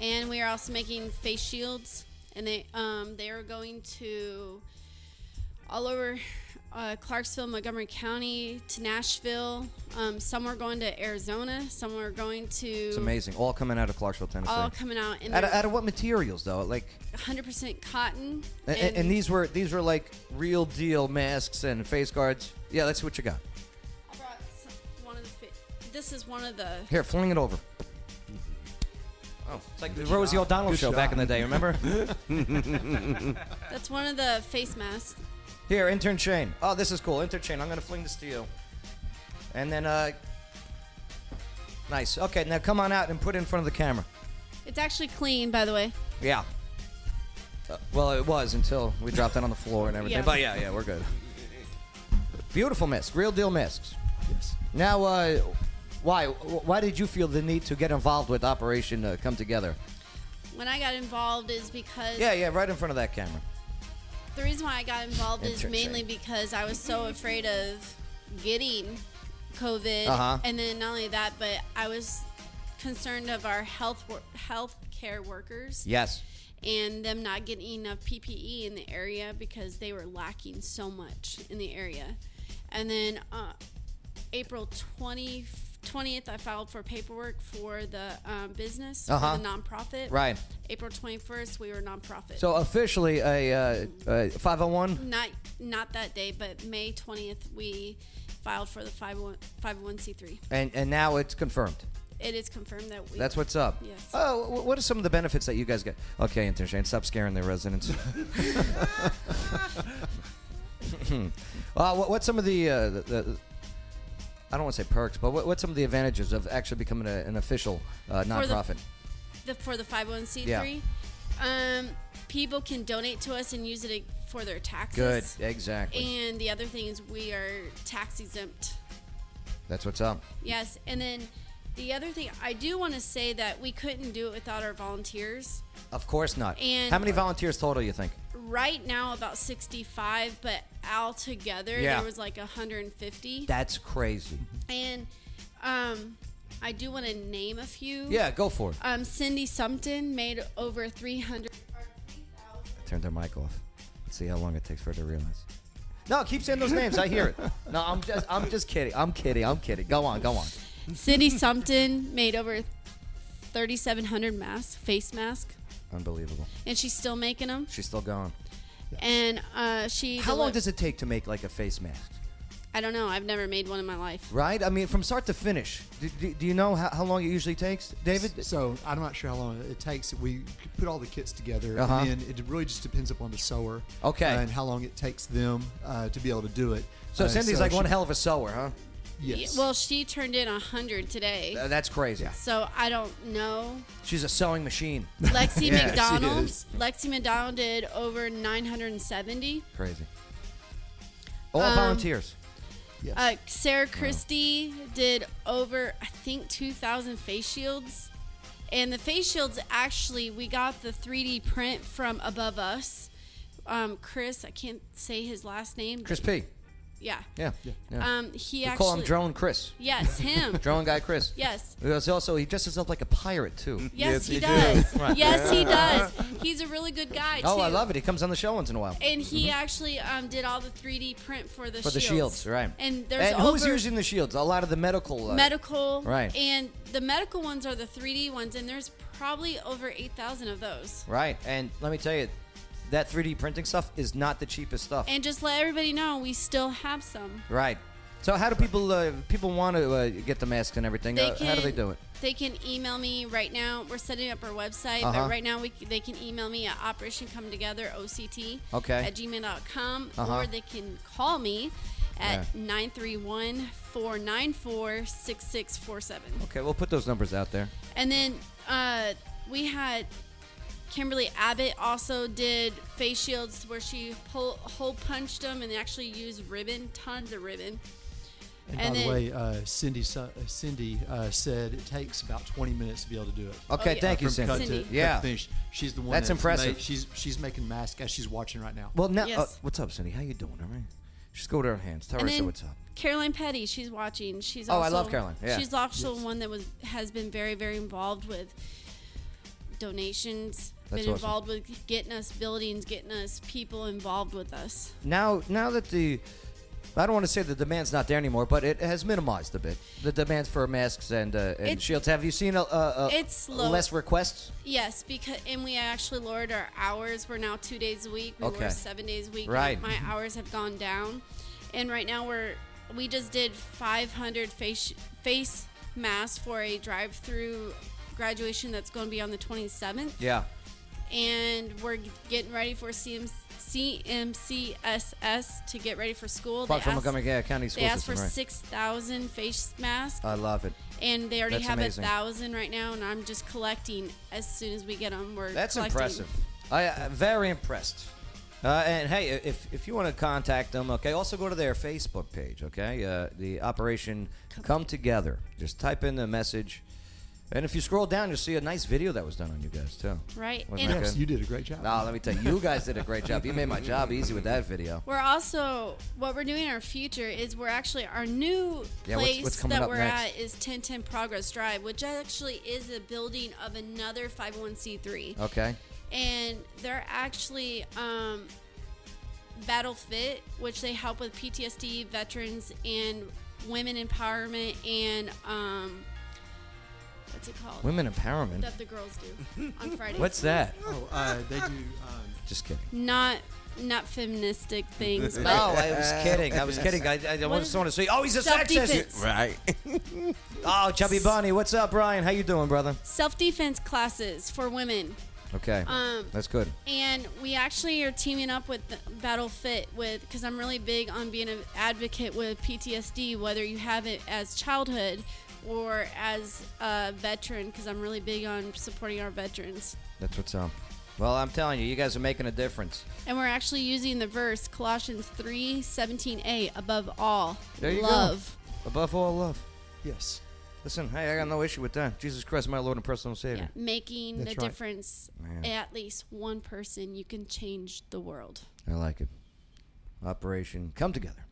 [SPEAKER 3] And we are also making face shields, and they um, they are going to all over uh, Clarksville, Montgomery County, to Nashville. Um, some are going to Arizona. Some are going to.
[SPEAKER 1] It's amazing. All coming out of Clarksville, Tennessee.
[SPEAKER 3] All coming out in
[SPEAKER 1] out, of,
[SPEAKER 3] their-
[SPEAKER 1] out of what materials though? Like
[SPEAKER 3] 100% cotton.
[SPEAKER 1] and, and, these were these were like real deal masks and face guards. Yeah, that's what you got.
[SPEAKER 3] I brought some, one of the. Fa- this is one of the.
[SPEAKER 1] Here, fling it over. Oh, it's like the Rosie O'Donnell
[SPEAKER 5] Good
[SPEAKER 1] show
[SPEAKER 5] shot.
[SPEAKER 1] back in the day. Remember?
[SPEAKER 3] That's one of the face masks.
[SPEAKER 1] Here, intern Shane. Oh, this is cool. Intern Shane, I'm going to fling this to you. And then, uh, nice. Okay, now come on out and put it in front of the camera.
[SPEAKER 3] It's actually clean, by the way.
[SPEAKER 1] Yeah. Uh, well, it was until we dropped it on the floor and everything.
[SPEAKER 3] Yeah.
[SPEAKER 1] But yeah, yeah, we're good. Beautiful mask, real deal masks. Yes. Now, uh, why why did you feel the need to get involved with Operation uh, Come Together?
[SPEAKER 3] When I got involved is because.
[SPEAKER 1] Yeah, yeah, right in front of that camera.
[SPEAKER 3] The reason why I got involved is
[SPEAKER 1] Interesting.
[SPEAKER 3] mainly because I was so afraid of getting COVID,
[SPEAKER 1] Uh-huh.
[SPEAKER 3] and then not only that, but I was concerned of our health wor- health care workers
[SPEAKER 1] Yes.
[SPEAKER 3] and them not getting enough PPE in the area because they were lacking so much in the area. And then uh, April 20, 20th, I filed for paperwork for the um, business,
[SPEAKER 1] Uh-huh.
[SPEAKER 3] for the nonprofit.
[SPEAKER 1] Right.
[SPEAKER 3] April 21st, we were nonprofit.
[SPEAKER 1] So officially a uh, uh, 501.
[SPEAKER 3] Not not that day, but May 20th, we filed for the 51- 501c3.
[SPEAKER 1] And, and now it's confirmed.
[SPEAKER 3] It is confirmed that we.
[SPEAKER 1] That's what's up.
[SPEAKER 3] Yes.
[SPEAKER 1] Oh, wh- what are some of the benefits that you guys get? Okay, intern Shane, stop scaring the residents. uh, what, what's some of the, uh, the, the I don't want to say perks, but what, what's some of the advantages of actually becoming a, an official uh,
[SPEAKER 3] For the-
[SPEAKER 1] nonprofit?
[SPEAKER 3] The, for the 501c3. Um, people can donate to us and use it for their taxes.
[SPEAKER 1] Good, exactly.
[SPEAKER 3] And the other thing is we are tax exempt.
[SPEAKER 1] That's what's up.
[SPEAKER 3] Yes, and then the other thing I do want to say that we couldn't do it without our volunteers.
[SPEAKER 1] Of course not.
[SPEAKER 3] And-
[SPEAKER 1] How many volunteers total you think?
[SPEAKER 3] Right now, about 65, but all together
[SPEAKER 1] Yeah.
[SPEAKER 3] there was like 150.
[SPEAKER 1] That's crazy.
[SPEAKER 3] And um, I do want to name a few.
[SPEAKER 1] Yeah, go for it.
[SPEAKER 3] Um, Cindy Sumpton made over 300.
[SPEAKER 1] I turned their mic off. Let's see how long it takes for her to realize. No, keep saying those names. I hear it. No, I'm just, I'm just kidding. I'm kidding. I'm kidding. Go on, go on.
[SPEAKER 3] Cindy Sumpton made over 3,700 masks, face masks,
[SPEAKER 1] Unbelievable.
[SPEAKER 3] and she's still making them.
[SPEAKER 1] She's still going.
[SPEAKER 3] And uh, she.
[SPEAKER 1] How long
[SPEAKER 3] deli-
[SPEAKER 1] does it take to make like a face mask?
[SPEAKER 3] I don't know. I've never made one in my life.
[SPEAKER 1] Right? I mean, from start to finish. Do, do, do you know how, how long it usually takes, David?
[SPEAKER 6] So I'm not sure how long it takes. We put all the kits together,
[SPEAKER 1] Uh-huh.
[SPEAKER 6] and then it really just depends upon the sewer. uh,
[SPEAKER 1] Okay.
[SPEAKER 6] And how long it takes them uh, to be able to do it.
[SPEAKER 1] So
[SPEAKER 6] Uh,
[SPEAKER 1] Cindy's like one
[SPEAKER 6] she-
[SPEAKER 1] hell of a sewer, huh?
[SPEAKER 6] Yes.
[SPEAKER 3] Well, she turned in 100 today.
[SPEAKER 1] Uh, that's crazy.
[SPEAKER 3] so I don't know.
[SPEAKER 1] She's a sewing machine.
[SPEAKER 3] Lexi
[SPEAKER 1] Yeah, she
[SPEAKER 3] McDonald.
[SPEAKER 1] is.
[SPEAKER 3] Lexi McDonald did over 970.
[SPEAKER 1] Crazy. All
[SPEAKER 3] Um,
[SPEAKER 1] volunteers. Yes.
[SPEAKER 3] Uh, Sarah Christie did over, I think, 2,000 face shields. And the face shields, actually, we got the 3D print from Above Us. Um, Chris, I can't say his last name.
[SPEAKER 1] Chris P.
[SPEAKER 3] Yeah.
[SPEAKER 1] Yeah. yeah.
[SPEAKER 3] Um, he
[SPEAKER 1] we
[SPEAKER 3] actually
[SPEAKER 1] call him Drone Chris.
[SPEAKER 3] Yes, him.
[SPEAKER 1] Drone guy Chris.
[SPEAKER 3] Yes.
[SPEAKER 1] He was also he dresses up like a pirate too.
[SPEAKER 3] Yes, he, does. Yes, he does. He's a really good guy.
[SPEAKER 1] Oh, I
[SPEAKER 3] too.
[SPEAKER 1] love it. He comes on the show once in a while.
[SPEAKER 3] And he actually um, did all the 3D print for the
[SPEAKER 1] for the
[SPEAKER 3] shields.
[SPEAKER 1] shields, right?
[SPEAKER 3] And there's
[SPEAKER 1] and who's
[SPEAKER 3] over-
[SPEAKER 1] using the shields? A lot of the medical. Uh,
[SPEAKER 3] medical,
[SPEAKER 1] Right.
[SPEAKER 3] And the medical ones are the 3D ones, and there's probably over 8,000 of those.
[SPEAKER 1] Right, and let me tell you, that 3D printing stuff is not the cheapest stuff.
[SPEAKER 3] And just let everybody know, we still have some.
[SPEAKER 1] right. So how do people uh, people want to uh, get the masks and everything?
[SPEAKER 3] They
[SPEAKER 1] uh, how do they
[SPEAKER 3] can-
[SPEAKER 1] do it?
[SPEAKER 3] They can email me right now. We're setting up our website,
[SPEAKER 1] Uh-huh.
[SPEAKER 3] but right now we, c- they can email me at Operation Come Together, OCT,
[SPEAKER 1] Okay.
[SPEAKER 3] at gmail.com,
[SPEAKER 1] Uh-huh.
[SPEAKER 3] or they can call me at
[SPEAKER 1] Yeah.
[SPEAKER 3] 931 494 6647.
[SPEAKER 1] Okay, we'll put those numbers out there.
[SPEAKER 3] And then uh, we had Kimberly Abbott also did face shields where she pull, hole punched them and actually used ribbon, tons of ribbon.
[SPEAKER 6] And, by the way, uh, Cindy Su- uh, Cindy uh, said it takes about 20 minutes to be able to do it.
[SPEAKER 3] Oh,
[SPEAKER 1] Okay,
[SPEAKER 6] Uh,
[SPEAKER 1] thank you,
[SPEAKER 6] from cut
[SPEAKER 1] Cindy.
[SPEAKER 6] to-
[SPEAKER 1] Cindy.
[SPEAKER 6] cut
[SPEAKER 1] Yeah.
[SPEAKER 6] to finish. she's the one.
[SPEAKER 1] That's impressive.
[SPEAKER 6] ma- she's she's making masks as she's watching right now.
[SPEAKER 1] Well, now uh, what's up, Cindy? How you doing? All right. Just go to our hands. Tell
[SPEAKER 3] and
[SPEAKER 1] Rissa
[SPEAKER 3] then
[SPEAKER 1] what's up.
[SPEAKER 3] Caroline Petty, she's watching. She's
[SPEAKER 1] Oh, I
[SPEAKER 3] also,
[SPEAKER 1] love Caroline. Yeah.
[SPEAKER 3] She's also one that was has been very very involved with donations.
[SPEAKER 1] That's
[SPEAKER 3] been
[SPEAKER 1] awesome.
[SPEAKER 3] involved with getting us buildings, getting us people involved with us.
[SPEAKER 1] Now, now that the I don't want to say the demand's not there anymore, but it has minimized a bit. The demands for masks and uh, and
[SPEAKER 3] It's-
[SPEAKER 1] shields. Have you seen a, a, a
[SPEAKER 3] It's low.
[SPEAKER 1] less requests?
[SPEAKER 3] Yes, because and we actually lowered our hours. We're now two days a week. We
[SPEAKER 1] Okay.
[SPEAKER 3] were seven days a week.
[SPEAKER 1] Right.
[SPEAKER 3] My hours have gone down, and right now we're we just did 500 face face masks for a drive-through graduation that's going to be on the 27th,
[SPEAKER 1] Yeah.
[SPEAKER 3] and we're getting ready for CM, CMCSS to get ready for school.
[SPEAKER 1] Clarksville,
[SPEAKER 3] asked-
[SPEAKER 1] Montgomery yeah, County School
[SPEAKER 3] They asked
[SPEAKER 1] System,
[SPEAKER 3] for
[SPEAKER 1] right.
[SPEAKER 3] 6,000 face masks
[SPEAKER 1] I love it.
[SPEAKER 3] and they already
[SPEAKER 1] That's
[SPEAKER 3] have
[SPEAKER 1] amazing.
[SPEAKER 3] a thousand right now, and I'm just collecting as soon as we get them. We're
[SPEAKER 1] That's
[SPEAKER 3] collecting.
[SPEAKER 1] impressive. I uh, very impressed. Uh, and hey, if if you want to contact them, okay, also go to their Facebook page, okay? Uh, the Operation Come Together. Just type in the message, and if you scroll down, you'll see a nice video that was done on you guys too.
[SPEAKER 3] Right,
[SPEAKER 1] Wasn't
[SPEAKER 3] and-
[SPEAKER 1] that
[SPEAKER 6] Yes,
[SPEAKER 1] good?
[SPEAKER 6] you did a great job.
[SPEAKER 1] No, let me tell you, you guys did a great job. You made my job easy with that video.
[SPEAKER 3] We're also what we're doing in our future is we're actually our new
[SPEAKER 1] Yeah, what's-
[SPEAKER 3] place
[SPEAKER 1] what's coming
[SPEAKER 3] that
[SPEAKER 1] up
[SPEAKER 3] we're
[SPEAKER 1] next?
[SPEAKER 3] at is 1010 Progress Drive, which actually is the building of another 501c3.
[SPEAKER 1] Okay.
[SPEAKER 3] and they're actually um, Battle Fit, which they help with PTSD veterans and women empowerment and um, what's it called?
[SPEAKER 1] Women empowerment?
[SPEAKER 3] that the girls do on Fridays.
[SPEAKER 1] What's that?
[SPEAKER 6] Oh, uh, they do. Um,
[SPEAKER 1] Just kidding.
[SPEAKER 3] Not not feministic things. But
[SPEAKER 1] No, I was kidding. I was kidding. I, I,
[SPEAKER 3] What
[SPEAKER 1] I
[SPEAKER 3] is-
[SPEAKER 1] just want to say, oh, he's a
[SPEAKER 3] Self-defense.
[SPEAKER 1] sexist. Right. oh, Chubby Bunny. What's up, Brian? How you doing, brother?
[SPEAKER 3] Self defense classes for women.
[SPEAKER 1] Okay.
[SPEAKER 3] Um,
[SPEAKER 1] That's good.
[SPEAKER 3] And we actually are teaming up with the Battle Fit with because I'm really big on being an advocate with PTSD, whether you have it as childhood or as a veteran, because I'm really big on supporting our veterans.
[SPEAKER 1] That's what's up. Well, I'm telling you, you guys are making a difference.
[SPEAKER 3] And we're actually using the verse Colossians 3 17a above all
[SPEAKER 1] There you
[SPEAKER 3] love.
[SPEAKER 1] go. Above all, love.
[SPEAKER 6] Yes.
[SPEAKER 1] Listen, hey, I got no issue with that. Jesus Christ, my Lord and personal Savior.
[SPEAKER 3] Making
[SPEAKER 1] That's
[SPEAKER 3] the
[SPEAKER 1] right.
[SPEAKER 3] difference
[SPEAKER 1] Man.
[SPEAKER 3] at least one person, you can change the world.
[SPEAKER 1] I like it. Operation Come Together.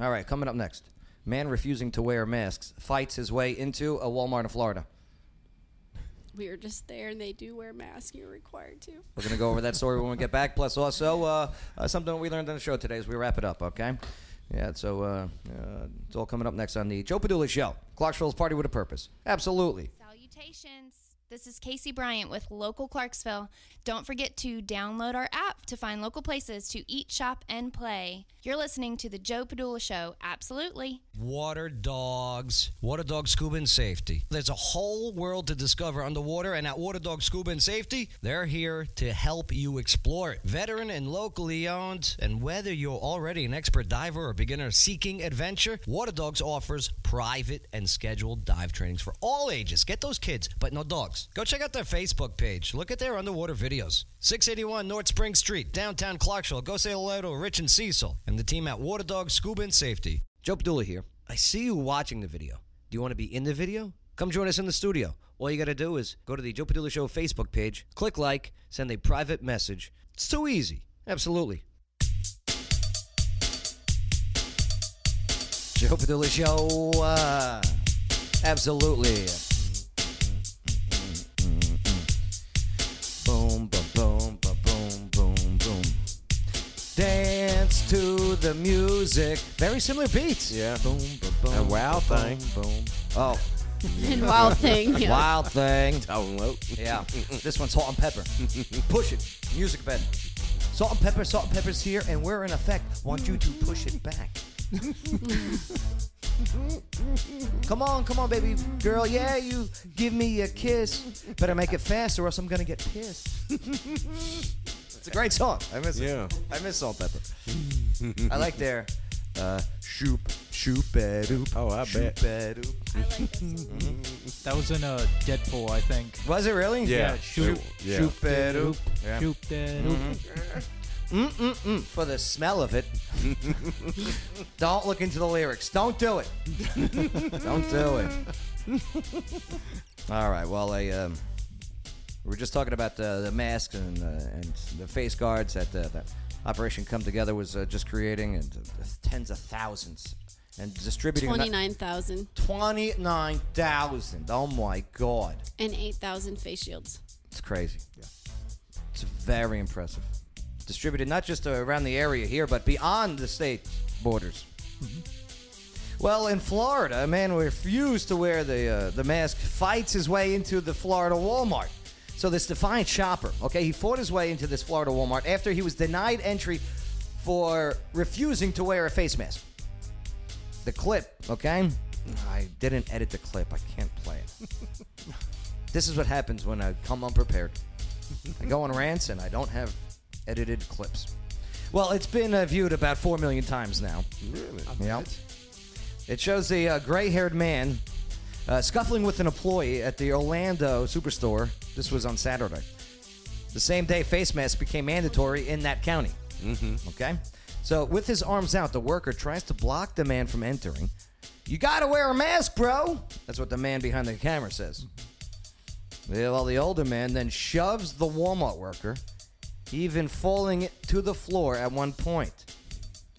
[SPEAKER 1] All right, coming up next. Man refusing to wear masks fights his way into a Walmart in Florida.
[SPEAKER 3] We were just there, and they do wear masks. You're required to.
[SPEAKER 1] We're going to go over that story when we get back. Plus, also, uh, uh, something we learned on the show today as we wrap it up, okay? Yeah, so uh, uh, it's all coming up next on the Joe Padula Show. Clarksville's Party with a Purpose. Absolutely.
[SPEAKER 12] Salutations. This is Casey Bryant with Local Clarksville. Don't forget to download our app to find local places to eat, shop, and play. You're listening to The Joe Padula Show. Absolutely.
[SPEAKER 1] Water dogs. Water dog scuba and safety. There's a whole world to discover underwater, and at Water Dog Scuba and Safety, they're here to help you explore it. Veteran and locally owned, and whether you're already an expert diver or beginner seeking adventure, Water Dogs offers private and scheduled dive trainings for all ages. Get those kids, but no dogs. Go check out their Facebook page. Look at their underwater videos. 681 North Spring Street, downtown Clarksville. Go say hello to Rich and Cecil and the team at Water Dog Scuba and Safety. Joe Padula here. I see you watching the video. Do you want to be in the video? Come join us in the studio. All you got to do is go to the Joe Padula Show Facebook page, click like, send a private message. It's too easy. Absolutely. Joe Padula Show. Uh, absolutely. Boom, boom, boom, boom, boom, boom, boom. Dance to the music. Very similar beats. Yeah. Boom, boom, boom.
[SPEAKER 5] And Wild
[SPEAKER 1] boom,
[SPEAKER 5] Thing.
[SPEAKER 1] Boom. Oh.
[SPEAKER 3] And Wild Thing, yeah.
[SPEAKER 1] Wild Thing. Yeah. This one's salt and pepper. Push it. Music bed. Salt and pepper, salt and pepper's here, and we're in effect. Want you to push it back. Come on, come on, baby girl. Yeah, you give me a kiss. Better make it fast, or else I'm gonna get pissed. It's a great song. I miss it. I miss Salt Pepper. I like their uh, shoop shoop doop. Oh, I
[SPEAKER 4] bet.
[SPEAKER 1] Doop. I like
[SPEAKER 4] That was in uh, Deadpool, I think.
[SPEAKER 1] Was it really?
[SPEAKER 4] Yeah.
[SPEAKER 1] Yeah.
[SPEAKER 4] Shoop,
[SPEAKER 1] Yeah.
[SPEAKER 4] shoop,
[SPEAKER 1] Yeah.
[SPEAKER 4] doop,
[SPEAKER 1] Yeah. Mm-hmm.
[SPEAKER 4] shoop, doop.
[SPEAKER 1] Mm-mm-mm. Mm, For the smell of it. Don't look into the lyrics. Don't do it. Don't do it. All right. Well, I um, we were just talking about uh, the masks and uh, and the face guards that uh, that Operation Come Together was uh, just creating, and uh, tens of thousands, and distributing.
[SPEAKER 3] Twenty nine thousand
[SPEAKER 1] Twenty-nine thousand. Oh my God,
[SPEAKER 3] and eight thousand face shields.
[SPEAKER 1] it's crazy. Yeah. It's very impressive. Distributed not just uh, around the area here, but beyond the state borders. Well, in Florida, a man who refused to wear the uh, the mask fights his way into the Florida Walmart. So this defiant shopper, okay, he fought his way into this Florida Walmart after he was denied entry for refusing to wear a face mask. The clip, okay? I didn't edit the clip. I can't play it. this is what happens when I come unprepared. I go on rants and I don't have edited clips. Well, it's been uh, viewed about 4 million times now.
[SPEAKER 5] Really? I
[SPEAKER 1] Yeah. It shows a uh, gray haired man uh, scuffling with an employee at the Orlando superstore. This was on Saturday. The same day, face masks became mandatory in that county. Mm-hmm. Okay? So, with his arms out, the worker tries to block the man from entering. You gotta wear a mask, bro! That's what the man behind the camera says. Well, the older man then shoves the Walmart worker, even falling to the floor at one point.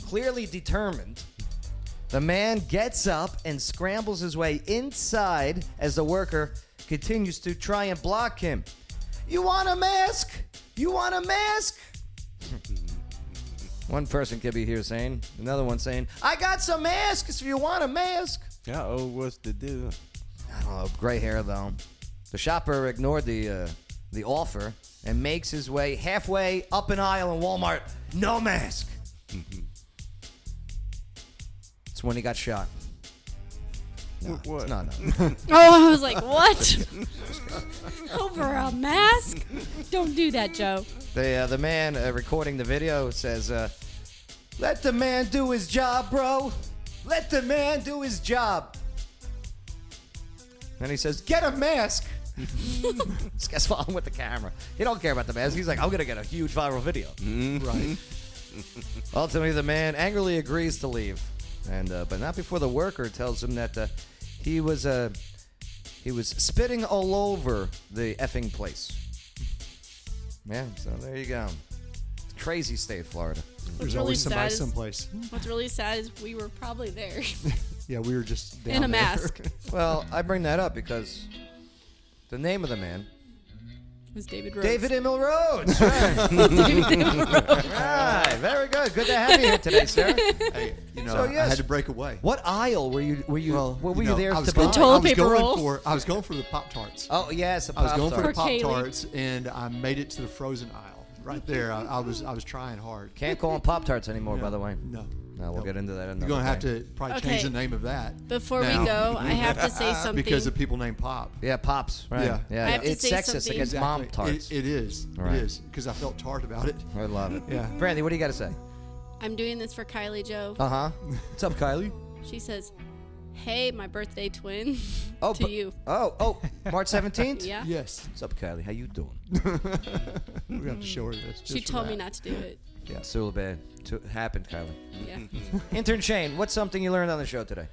[SPEAKER 1] Clearly determined, the man gets up and scrambles his way inside as the worker continues to try and block him. You want a mask? You want a mask? One person could be here saying, another one saying, I got some masks if you want a mask.
[SPEAKER 5] Uh oh, what's the deal?
[SPEAKER 1] I don't know, Uh, gray hair though. The shopper ignored the uh, the offer and makes his way halfway up an aisle in Walmart, no mask. It's when he got shot. No, what? No, no.
[SPEAKER 3] Oh, I was like, what? Over a mask? Don't do that, Joe.
[SPEAKER 1] The uh, the man uh, recording the video says, uh, "Let the man do his job, bro. Let the man do his job." And he says, "Get a mask." this guy's following with the camera. He don't care about the mask. He's like, "I'm gonna get a huge viral video." Right. Ultimately, the man angrily agrees to leave, and uh, but not before the worker tells him that uh, he was uh, he was spitting all over the effing place. Yeah, so there you go. It's a crazy state, Florida.
[SPEAKER 6] There's always somebody someplace.
[SPEAKER 3] What's really sad is we were probably there.
[SPEAKER 6] Yeah, we were just down
[SPEAKER 3] In a
[SPEAKER 6] there.
[SPEAKER 3] mask.
[SPEAKER 1] well, I bring that up because the name of the man,
[SPEAKER 3] It was David Rhodes.
[SPEAKER 1] David Emil Rhodes. Right. Right, Very good. Good to have you here today, sir.
[SPEAKER 6] you know, I had to break away.
[SPEAKER 1] What aisle were you? Were you? what were you,
[SPEAKER 6] know,
[SPEAKER 1] there
[SPEAKER 6] I was
[SPEAKER 1] to
[SPEAKER 6] going,
[SPEAKER 1] buy?
[SPEAKER 6] I was going For, I was going for the Pop Tarts.
[SPEAKER 1] Oh yes, the
[SPEAKER 6] I was going for the
[SPEAKER 1] Pop-Tart.
[SPEAKER 6] Pop
[SPEAKER 1] For Kaylee.
[SPEAKER 6] Tarts, and I made it to the frozen aisle. Right there, I, I was I was trying hard.
[SPEAKER 1] Can't call them Pop Tarts anymore, by the way.
[SPEAKER 6] No.
[SPEAKER 1] No, we'll get into that. Another
[SPEAKER 6] You're gonna have
[SPEAKER 1] day.
[SPEAKER 6] to probably change the
[SPEAKER 3] Okay.
[SPEAKER 6] name of that.
[SPEAKER 3] Before we go, I have to say something.
[SPEAKER 6] because of people named Pop.
[SPEAKER 1] Yeah, Pops. Right.
[SPEAKER 6] Yeah,
[SPEAKER 1] Yeah, I have to it's say sexist something. against mom tarts.
[SPEAKER 6] It, it is.
[SPEAKER 1] Right.
[SPEAKER 6] It is because I felt tart about it.
[SPEAKER 1] I love it.
[SPEAKER 6] Yeah.
[SPEAKER 1] Brandy, what do you got to say?
[SPEAKER 3] I'm doing this for Kylie Joe.
[SPEAKER 6] Uh-huh.
[SPEAKER 1] Uh huh. What's up, Kylie?
[SPEAKER 3] She says, "Hey, my birthday twin,
[SPEAKER 1] Oh,
[SPEAKER 3] to
[SPEAKER 1] bu-
[SPEAKER 3] you."
[SPEAKER 1] Oh, oh, March seventeenth.
[SPEAKER 3] Yeah.
[SPEAKER 6] Yes.
[SPEAKER 1] What's up, Kylie? How you doing?
[SPEAKER 6] We have to show her this.
[SPEAKER 3] She told me not to do it.
[SPEAKER 1] Yeah, so bad. To- happened, Kylie.
[SPEAKER 3] Yeah.
[SPEAKER 1] Intern Shane, what's something you learned on the show today?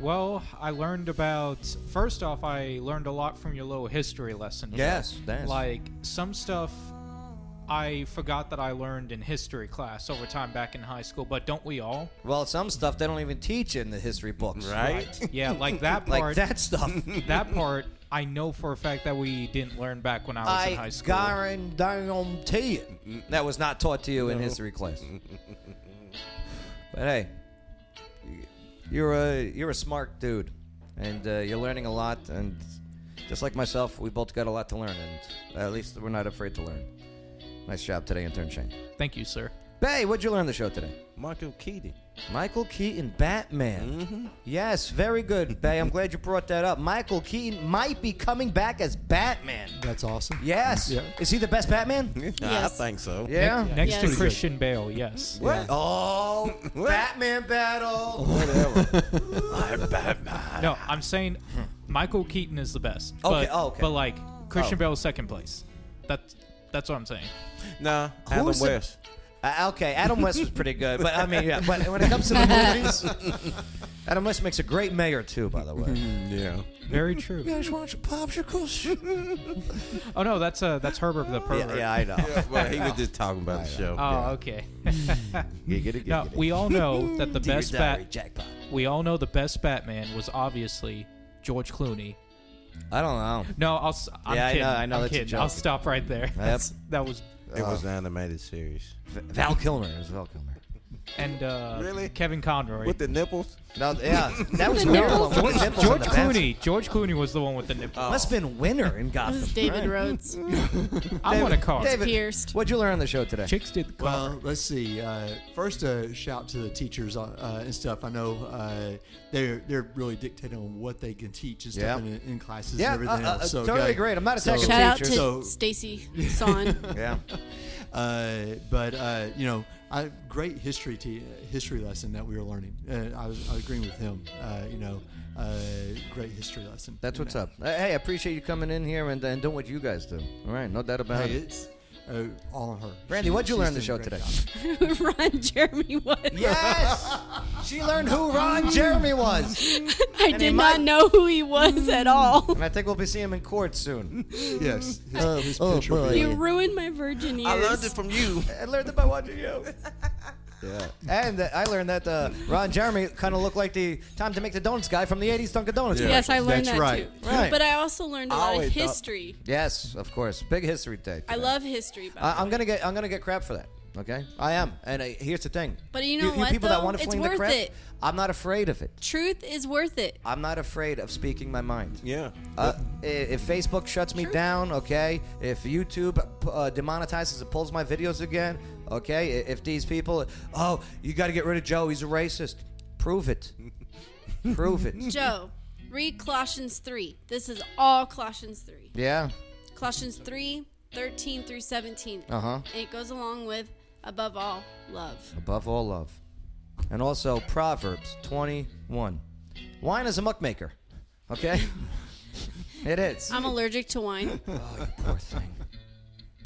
[SPEAKER 4] Well, I learned about. First off, I learned a lot from your little history lesson. Joe.
[SPEAKER 1] Yes, thanks.
[SPEAKER 4] Like some stuff I forgot that I learned in history class over time back in high school, but don't we all?
[SPEAKER 1] Well, some stuff they don't even teach in the history books,
[SPEAKER 4] Yeah, like that part.
[SPEAKER 1] like that stuff.
[SPEAKER 4] that part, I know for a fact that we didn't learn back when I was in high school.
[SPEAKER 1] guarantee it. That was not taught to you in
[SPEAKER 4] No.
[SPEAKER 1] history class. but hey, you're a you're a smart dude, and uh, you're learning a lot. And just like myself, we both got a lot to learn, and at least we're not afraid to learn. Nice job today, intern Shane.
[SPEAKER 4] Thank you, sir.
[SPEAKER 1] Bay, what'd you learn on the show today?
[SPEAKER 5] Michael Keaton.
[SPEAKER 1] Michael Keaton, Batman. Yes, very good, Bay. I'm glad you brought that up. Michael Keaton might be coming back as Batman.
[SPEAKER 6] That's awesome.
[SPEAKER 1] Yes.
[SPEAKER 6] Yeah.
[SPEAKER 1] Is he the best Batman?
[SPEAKER 5] I think so.
[SPEAKER 1] Yeah.
[SPEAKER 4] Ne- next
[SPEAKER 1] Yes.
[SPEAKER 4] to Christian Bale, yes.
[SPEAKER 1] What? Oh, Batman battle.
[SPEAKER 4] Whatever. No, I'm saying Michael Keaton is the best.
[SPEAKER 5] Okay,
[SPEAKER 4] But,
[SPEAKER 5] oh, okay.
[SPEAKER 4] But like Christian
[SPEAKER 5] Oh.
[SPEAKER 4] Bale's second place. That's that's what I'm saying.
[SPEAKER 5] Nah, Adam
[SPEAKER 4] Who's the-
[SPEAKER 5] West.
[SPEAKER 1] Uh, okay, Adam West was pretty good, but I mean, yeah. But when it comes to the movies, Adam West makes a great mayor too. By the way.
[SPEAKER 5] yeah.
[SPEAKER 4] Very true.
[SPEAKER 1] You guys want your popsicles?
[SPEAKER 4] Oh no, that's uh that's Herbert the pervert.
[SPEAKER 1] yeah, I know. Yeah, well, he was just
[SPEAKER 5] talking about the show.
[SPEAKER 4] Oh,
[SPEAKER 5] Yeah.
[SPEAKER 4] okay.
[SPEAKER 5] Giggity,
[SPEAKER 4] no,
[SPEAKER 5] giggity.
[SPEAKER 4] we all know that the
[SPEAKER 1] Dear
[SPEAKER 4] best
[SPEAKER 1] diary,
[SPEAKER 4] bat
[SPEAKER 1] jackpot.
[SPEAKER 4] We all know the best Batman was obviously George Clooney.
[SPEAKER 1] I don't know.
[SPEAKER 4] No, I'll. s- I'm
[SPEAKER 1] Yeah, I know-
[SPEAKER 4] kidding.
[SPEAKER 1] I know
[SPEAKER 4] am
[SPEAKER 1] that's a
[SPEAKER 4] kidding. I'll
[SPEAKER 1] joke.
[SPEAKER 4] stop right there. That's, that was.
[SPEAKER 5] It was an animated series.
[SPEAKER 1] Val Kilmer. It was Val Kilmer.
[SPEAKER 4] And uh, really, Kevin Conroy
[SPEAKER 5] With the nipples?
[SPEAKER 1] No, yeah, that was
[SPEAKER 4] George,
[SPEAKER 1] another one with the nipples
[SPEAKER 4] George
[SPEAKER 1] and the Oh.
[SPEAKER 4] Clooney. George Clooney was the one with the nipples.
[SPEAKER 1] Must have been winner in Gotham.
[SPEAKER 3] This is David
[SPEAKER 1] right?
[SPEAKER 3] Rhodes.
[SPEAKER 4] I want a car.
[SPEAKER 1] David, What'd you learn on the show today?
[SPEAKER 4] Chicks did the
[SPEAKER 6] Well, let's see. Uh, first, uh, shout to the teachers uh, uh, and stuff. I know uh, they're they're really dictating on what they can teach and stuff
[SPEAKER 1] Yeah.
[SPEAKER 6] in, in classes
[SPEAKER 1] Yeah,
[SPEAKER 6] and everything
[SPEAKER 1] uh, uh,
[SPEAKER 6] else. So,
[SPEAKER 1] totally
[SPEAKER 6] okay.
[SPEAKER 1] great. I'm not
[SPEAKER 6] So-
[SPEAKER 1] attacking
[SPEAKER 3] Shout out to
[SPEAKER 1] teachers. So-
[SPEAKER 3] Stacy Son.
[SPEAKER 1] yeah.
[SPEAKER 6] Uh, but uh, you know, I, great history te- history lesson that we were learning. Uh, I was I was agreeing with him. Uh, you know, uh, great history lesson.
[SPEAKER 1] That's
[SPEAKER 6] You
[SPEAKER 1] what's
[SPEAKER 6] know.
[SPEAKER 1] up. Uh, Hey, I appreciate you coming in here and, and doing what you guys do. All right, no doubt about
[SPEAKER 6] Hey,
[SPEAKER 1] it.
[SPEAKER 6] it's uh, all on her.
[SPEAKER 1] Brandy,
[SPEAKER 6] She-
[SPEAKER 1] what'd you
[SPEAKER 6] she's
[SPEAKER 1] learn on the
[SPEAKER 6] doing
[SPEAKER 1] show
[SPEAKER 6] a
[SPEAKER 1] today?
[SPEAKER 6] great job.
[SPEAKER 3] Ron Jeremy was.
[SPEAKER 1] Yes! she learned who Ron Jeremy was.
[SPEAKER 3] I
[SPEAKER 1] And he
[SPEAKER 3] did
[SPEAKER 1] might- Mm.
[SPEAKER 3] not know who he was at all.
[SPEAKER 1] And I think we'll be seeing him in court soon.
[SPEAKER 6] yes. His, his
[SPEAKER 1] oh,
[SPEAKER 6] picture will be-
[SPEAKER 3] You ruined my virgin years.
[SPEAKER 1] I learned it
[SPEAKER 5] from you.
[SPEAKER 1] I learned it by watching you.
[SPEAKER 5] Yeah.
[SPEAKER 1] And uh, I learned that uh, Ron Jeremy kind of looked like the Time to Make the Donuts guy from the 80s Dunkin' Donuts.
[SPEAKER 3] Yes, I learned
[SPEAKER 1] commercials.
[SPEAKER 3] that too.
[SPEAKER 1] Right.
[SPEAKER 3] But I also learned a
[SPEAKER 1] I
[SPEAKER 3] lot of
[SPEAKER 1] always thought-
[SPEAKER 3] history.
[SPEAKER 1] Yes, of course. Big history day.
[SPEAKER 3] I
[SPEAKER 1] today.
[SPEAKER 3] love history, by
[SPEAKER 1] I,
[SPEAKER 3] the
[SPEAKER 1] I'm
[SPEAKER 3] way.
[SPEAKER 1] gonna get I'm gonna get crap for that. Okay, I am. And uh, here's the thing.
[SPEAKER 3] But you know what,
[SPEAKER 1] people that
[SPEAKER 3] though?
[SPEAKER 1] want to
[SPEAKER 3] It's
[SPEAKER 1] fling the
[SPEAKER 3] worth
[SPEAKER 1] crap,
[SPEAKER 3] it.
[SPEAKER 1] I'm not afraid of it.
[SPEAKER 3] Truth is worth it.
[SPEAKER 1] I'm not afraid of speaking my mind.
[SPEAKER 5] Yeah.
[SPEAKER 1] Uh, i- if Facebook shuts me down, okay. If YouTube uh, demonetizes and pulls my videos again, okay. i- If these people, oh, you got to get rid of Joe. He's a racist. Prove it. Prove it.
[SPEAKER 3] Joe, read Colossians 3. This is all Colossians 3.
[SPEAKER 1] Yeah.
[SPEAKER 3] Colossians 3, 13 through 17.
[SPEAKER 1] Uh-huh.
[SPEAKER 3] And it goes along with, above all, love.
[SPEAKER 1] Above all love, and also Proverbs 21. Wine is a muckmaker. Okay. it is.
[SPEAKER 3] I'm allergic to wine.
[SPEAKER 1] Poor thing.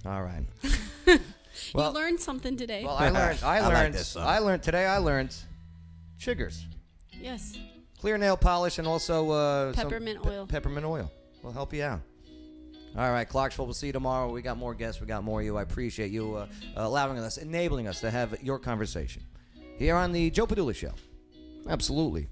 [SPEAKER 1] All right. Well-
[SPEAKER 3] you learned something today.
[SPEAKER 1] Well, I learned. I
[SPEAKER 5] I like
[SPEAKER 1] learned. I,
[SPEAKER 5] this song.
[SPEAKER 1] learned today. I learned sugars,
[SPEAKER 3] Yes.
[SPEAKER 1] clear nail polish, and also uh, some
[SPEAKER 3] Peppermint
[SPEAKER 1] pe-
[SPEAKER 3] oil.
[SPEAKER 1] peppermint oil will help you out. All right, Clarksville. We'll see you tomorrow. We got more guests. We got more you. I appreciate you uh, allowing us, enabling us to have your conversation here on the Joe Padula Show. Absolutely.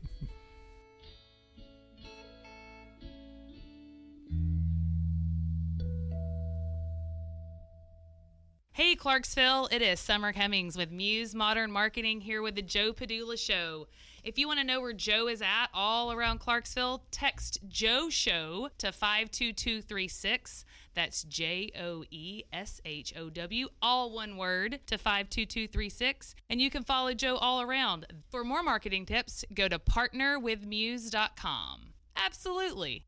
[SPEAKER 13] Hey Clarksville, it is Summer Cummings with Muse Modern Marketing here with the Joe Padula Show. If you want to know where Joe is at all around Clarksville, text Joe Show to 52236. That's J O E S H O W, all one word, to 52236. And you can follow Joe all around. For more marketing tips, go to partnerwithmuse.com. Absolutely.